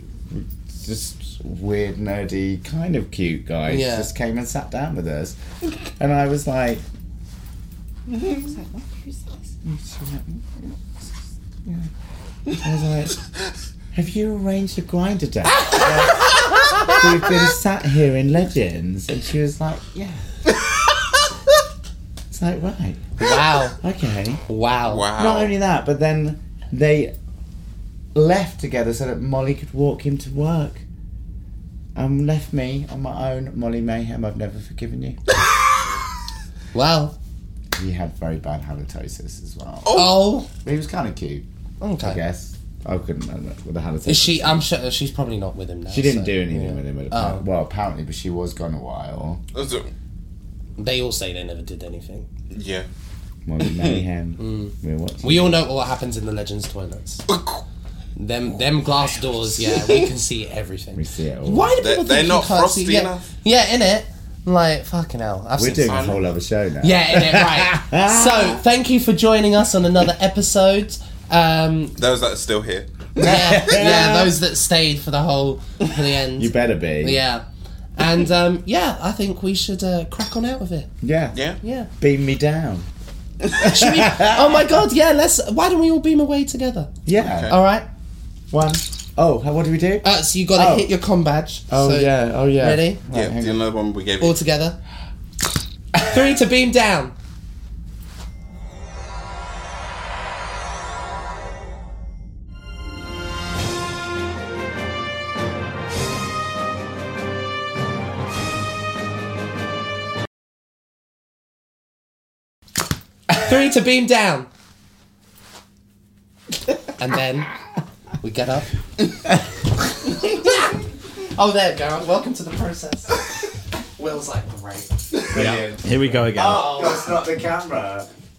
C: just weird, nerdy, kind of cute guy
B: Yeah.
C: just came and sat down with us, and I was like. I was like, have you arranged a grinder date? Like, We've been sat here in Legends. And she was like, yeah. It's like, right,
B: Wow.
C: okay.
B: Wow.
D: Wow.
C: Not only that, but then they left together so that Molly could walk him to work. And left me on my own, Molly Mayhem. I've never forgiven you.
B: Wow.
C: He had very bad halitosis as well.
B: Oh.
C: But he was kind of cute,
B: Okay.
C: I guess. I couldn't know that with the halitosis.
B: Is she? I'm sure uh, she's probably not with him now.
C: She didn't
B: so,
C: do anything
B: yeah.
C: with him. At
B: Oh.
C: Well, apparently, but she was gone a while.
D: Was it-
B: They all say they never did anything.
D: Yeah.
C: Molly Mayhem. we were watching.
B: Mm. We all know what happens in the Legends toilets. Them, them glass doors. Yeah, we can see everything.
C: We see it all.
B: Why do
D: They're-
B: people
D: they're
B: think
D: not
B: you can't
D: frosty
B: see? Yeah,
D: enough.
B: yeah, in it. Like fucking hell. I've
C: We're
B: seen
C: doing
B: some-
C: a whole other show now.
B: Yeah, in it. Right. so thank you for joining us on another episode. Um,
D: Those that are still here.
B: yeah, yeah, those that stayed for the whole for the end.
C: You better be.
B: Yeah. And um, yeah, I think we should uh, crack on out of it.
C: Yeah.
D: Yeah.
B: Yeah.
C: Beam me down.
B: Should we? oh my god, yeah, let's. Why don't we all beam away together?
C: Yeah.
D: Okay.
B: All right.
C: One. Oh, how, what do we do?
B: Uh, so you gotta
C: Oh.
B: hit your com badge.
C: oh,
B: So,
C: yeah. Oh, yeah.
B: Ready?
C: Right,
D: Yeah.
C: hang
D: Do you
C: on.
D: know the one we gave you?
B: All together. Three to beam down. Three to beam down. And then we get up. oh, there, Gareth. Welcome to the process. Will's like, great.
E: Here we go again.
C: That's not the camera.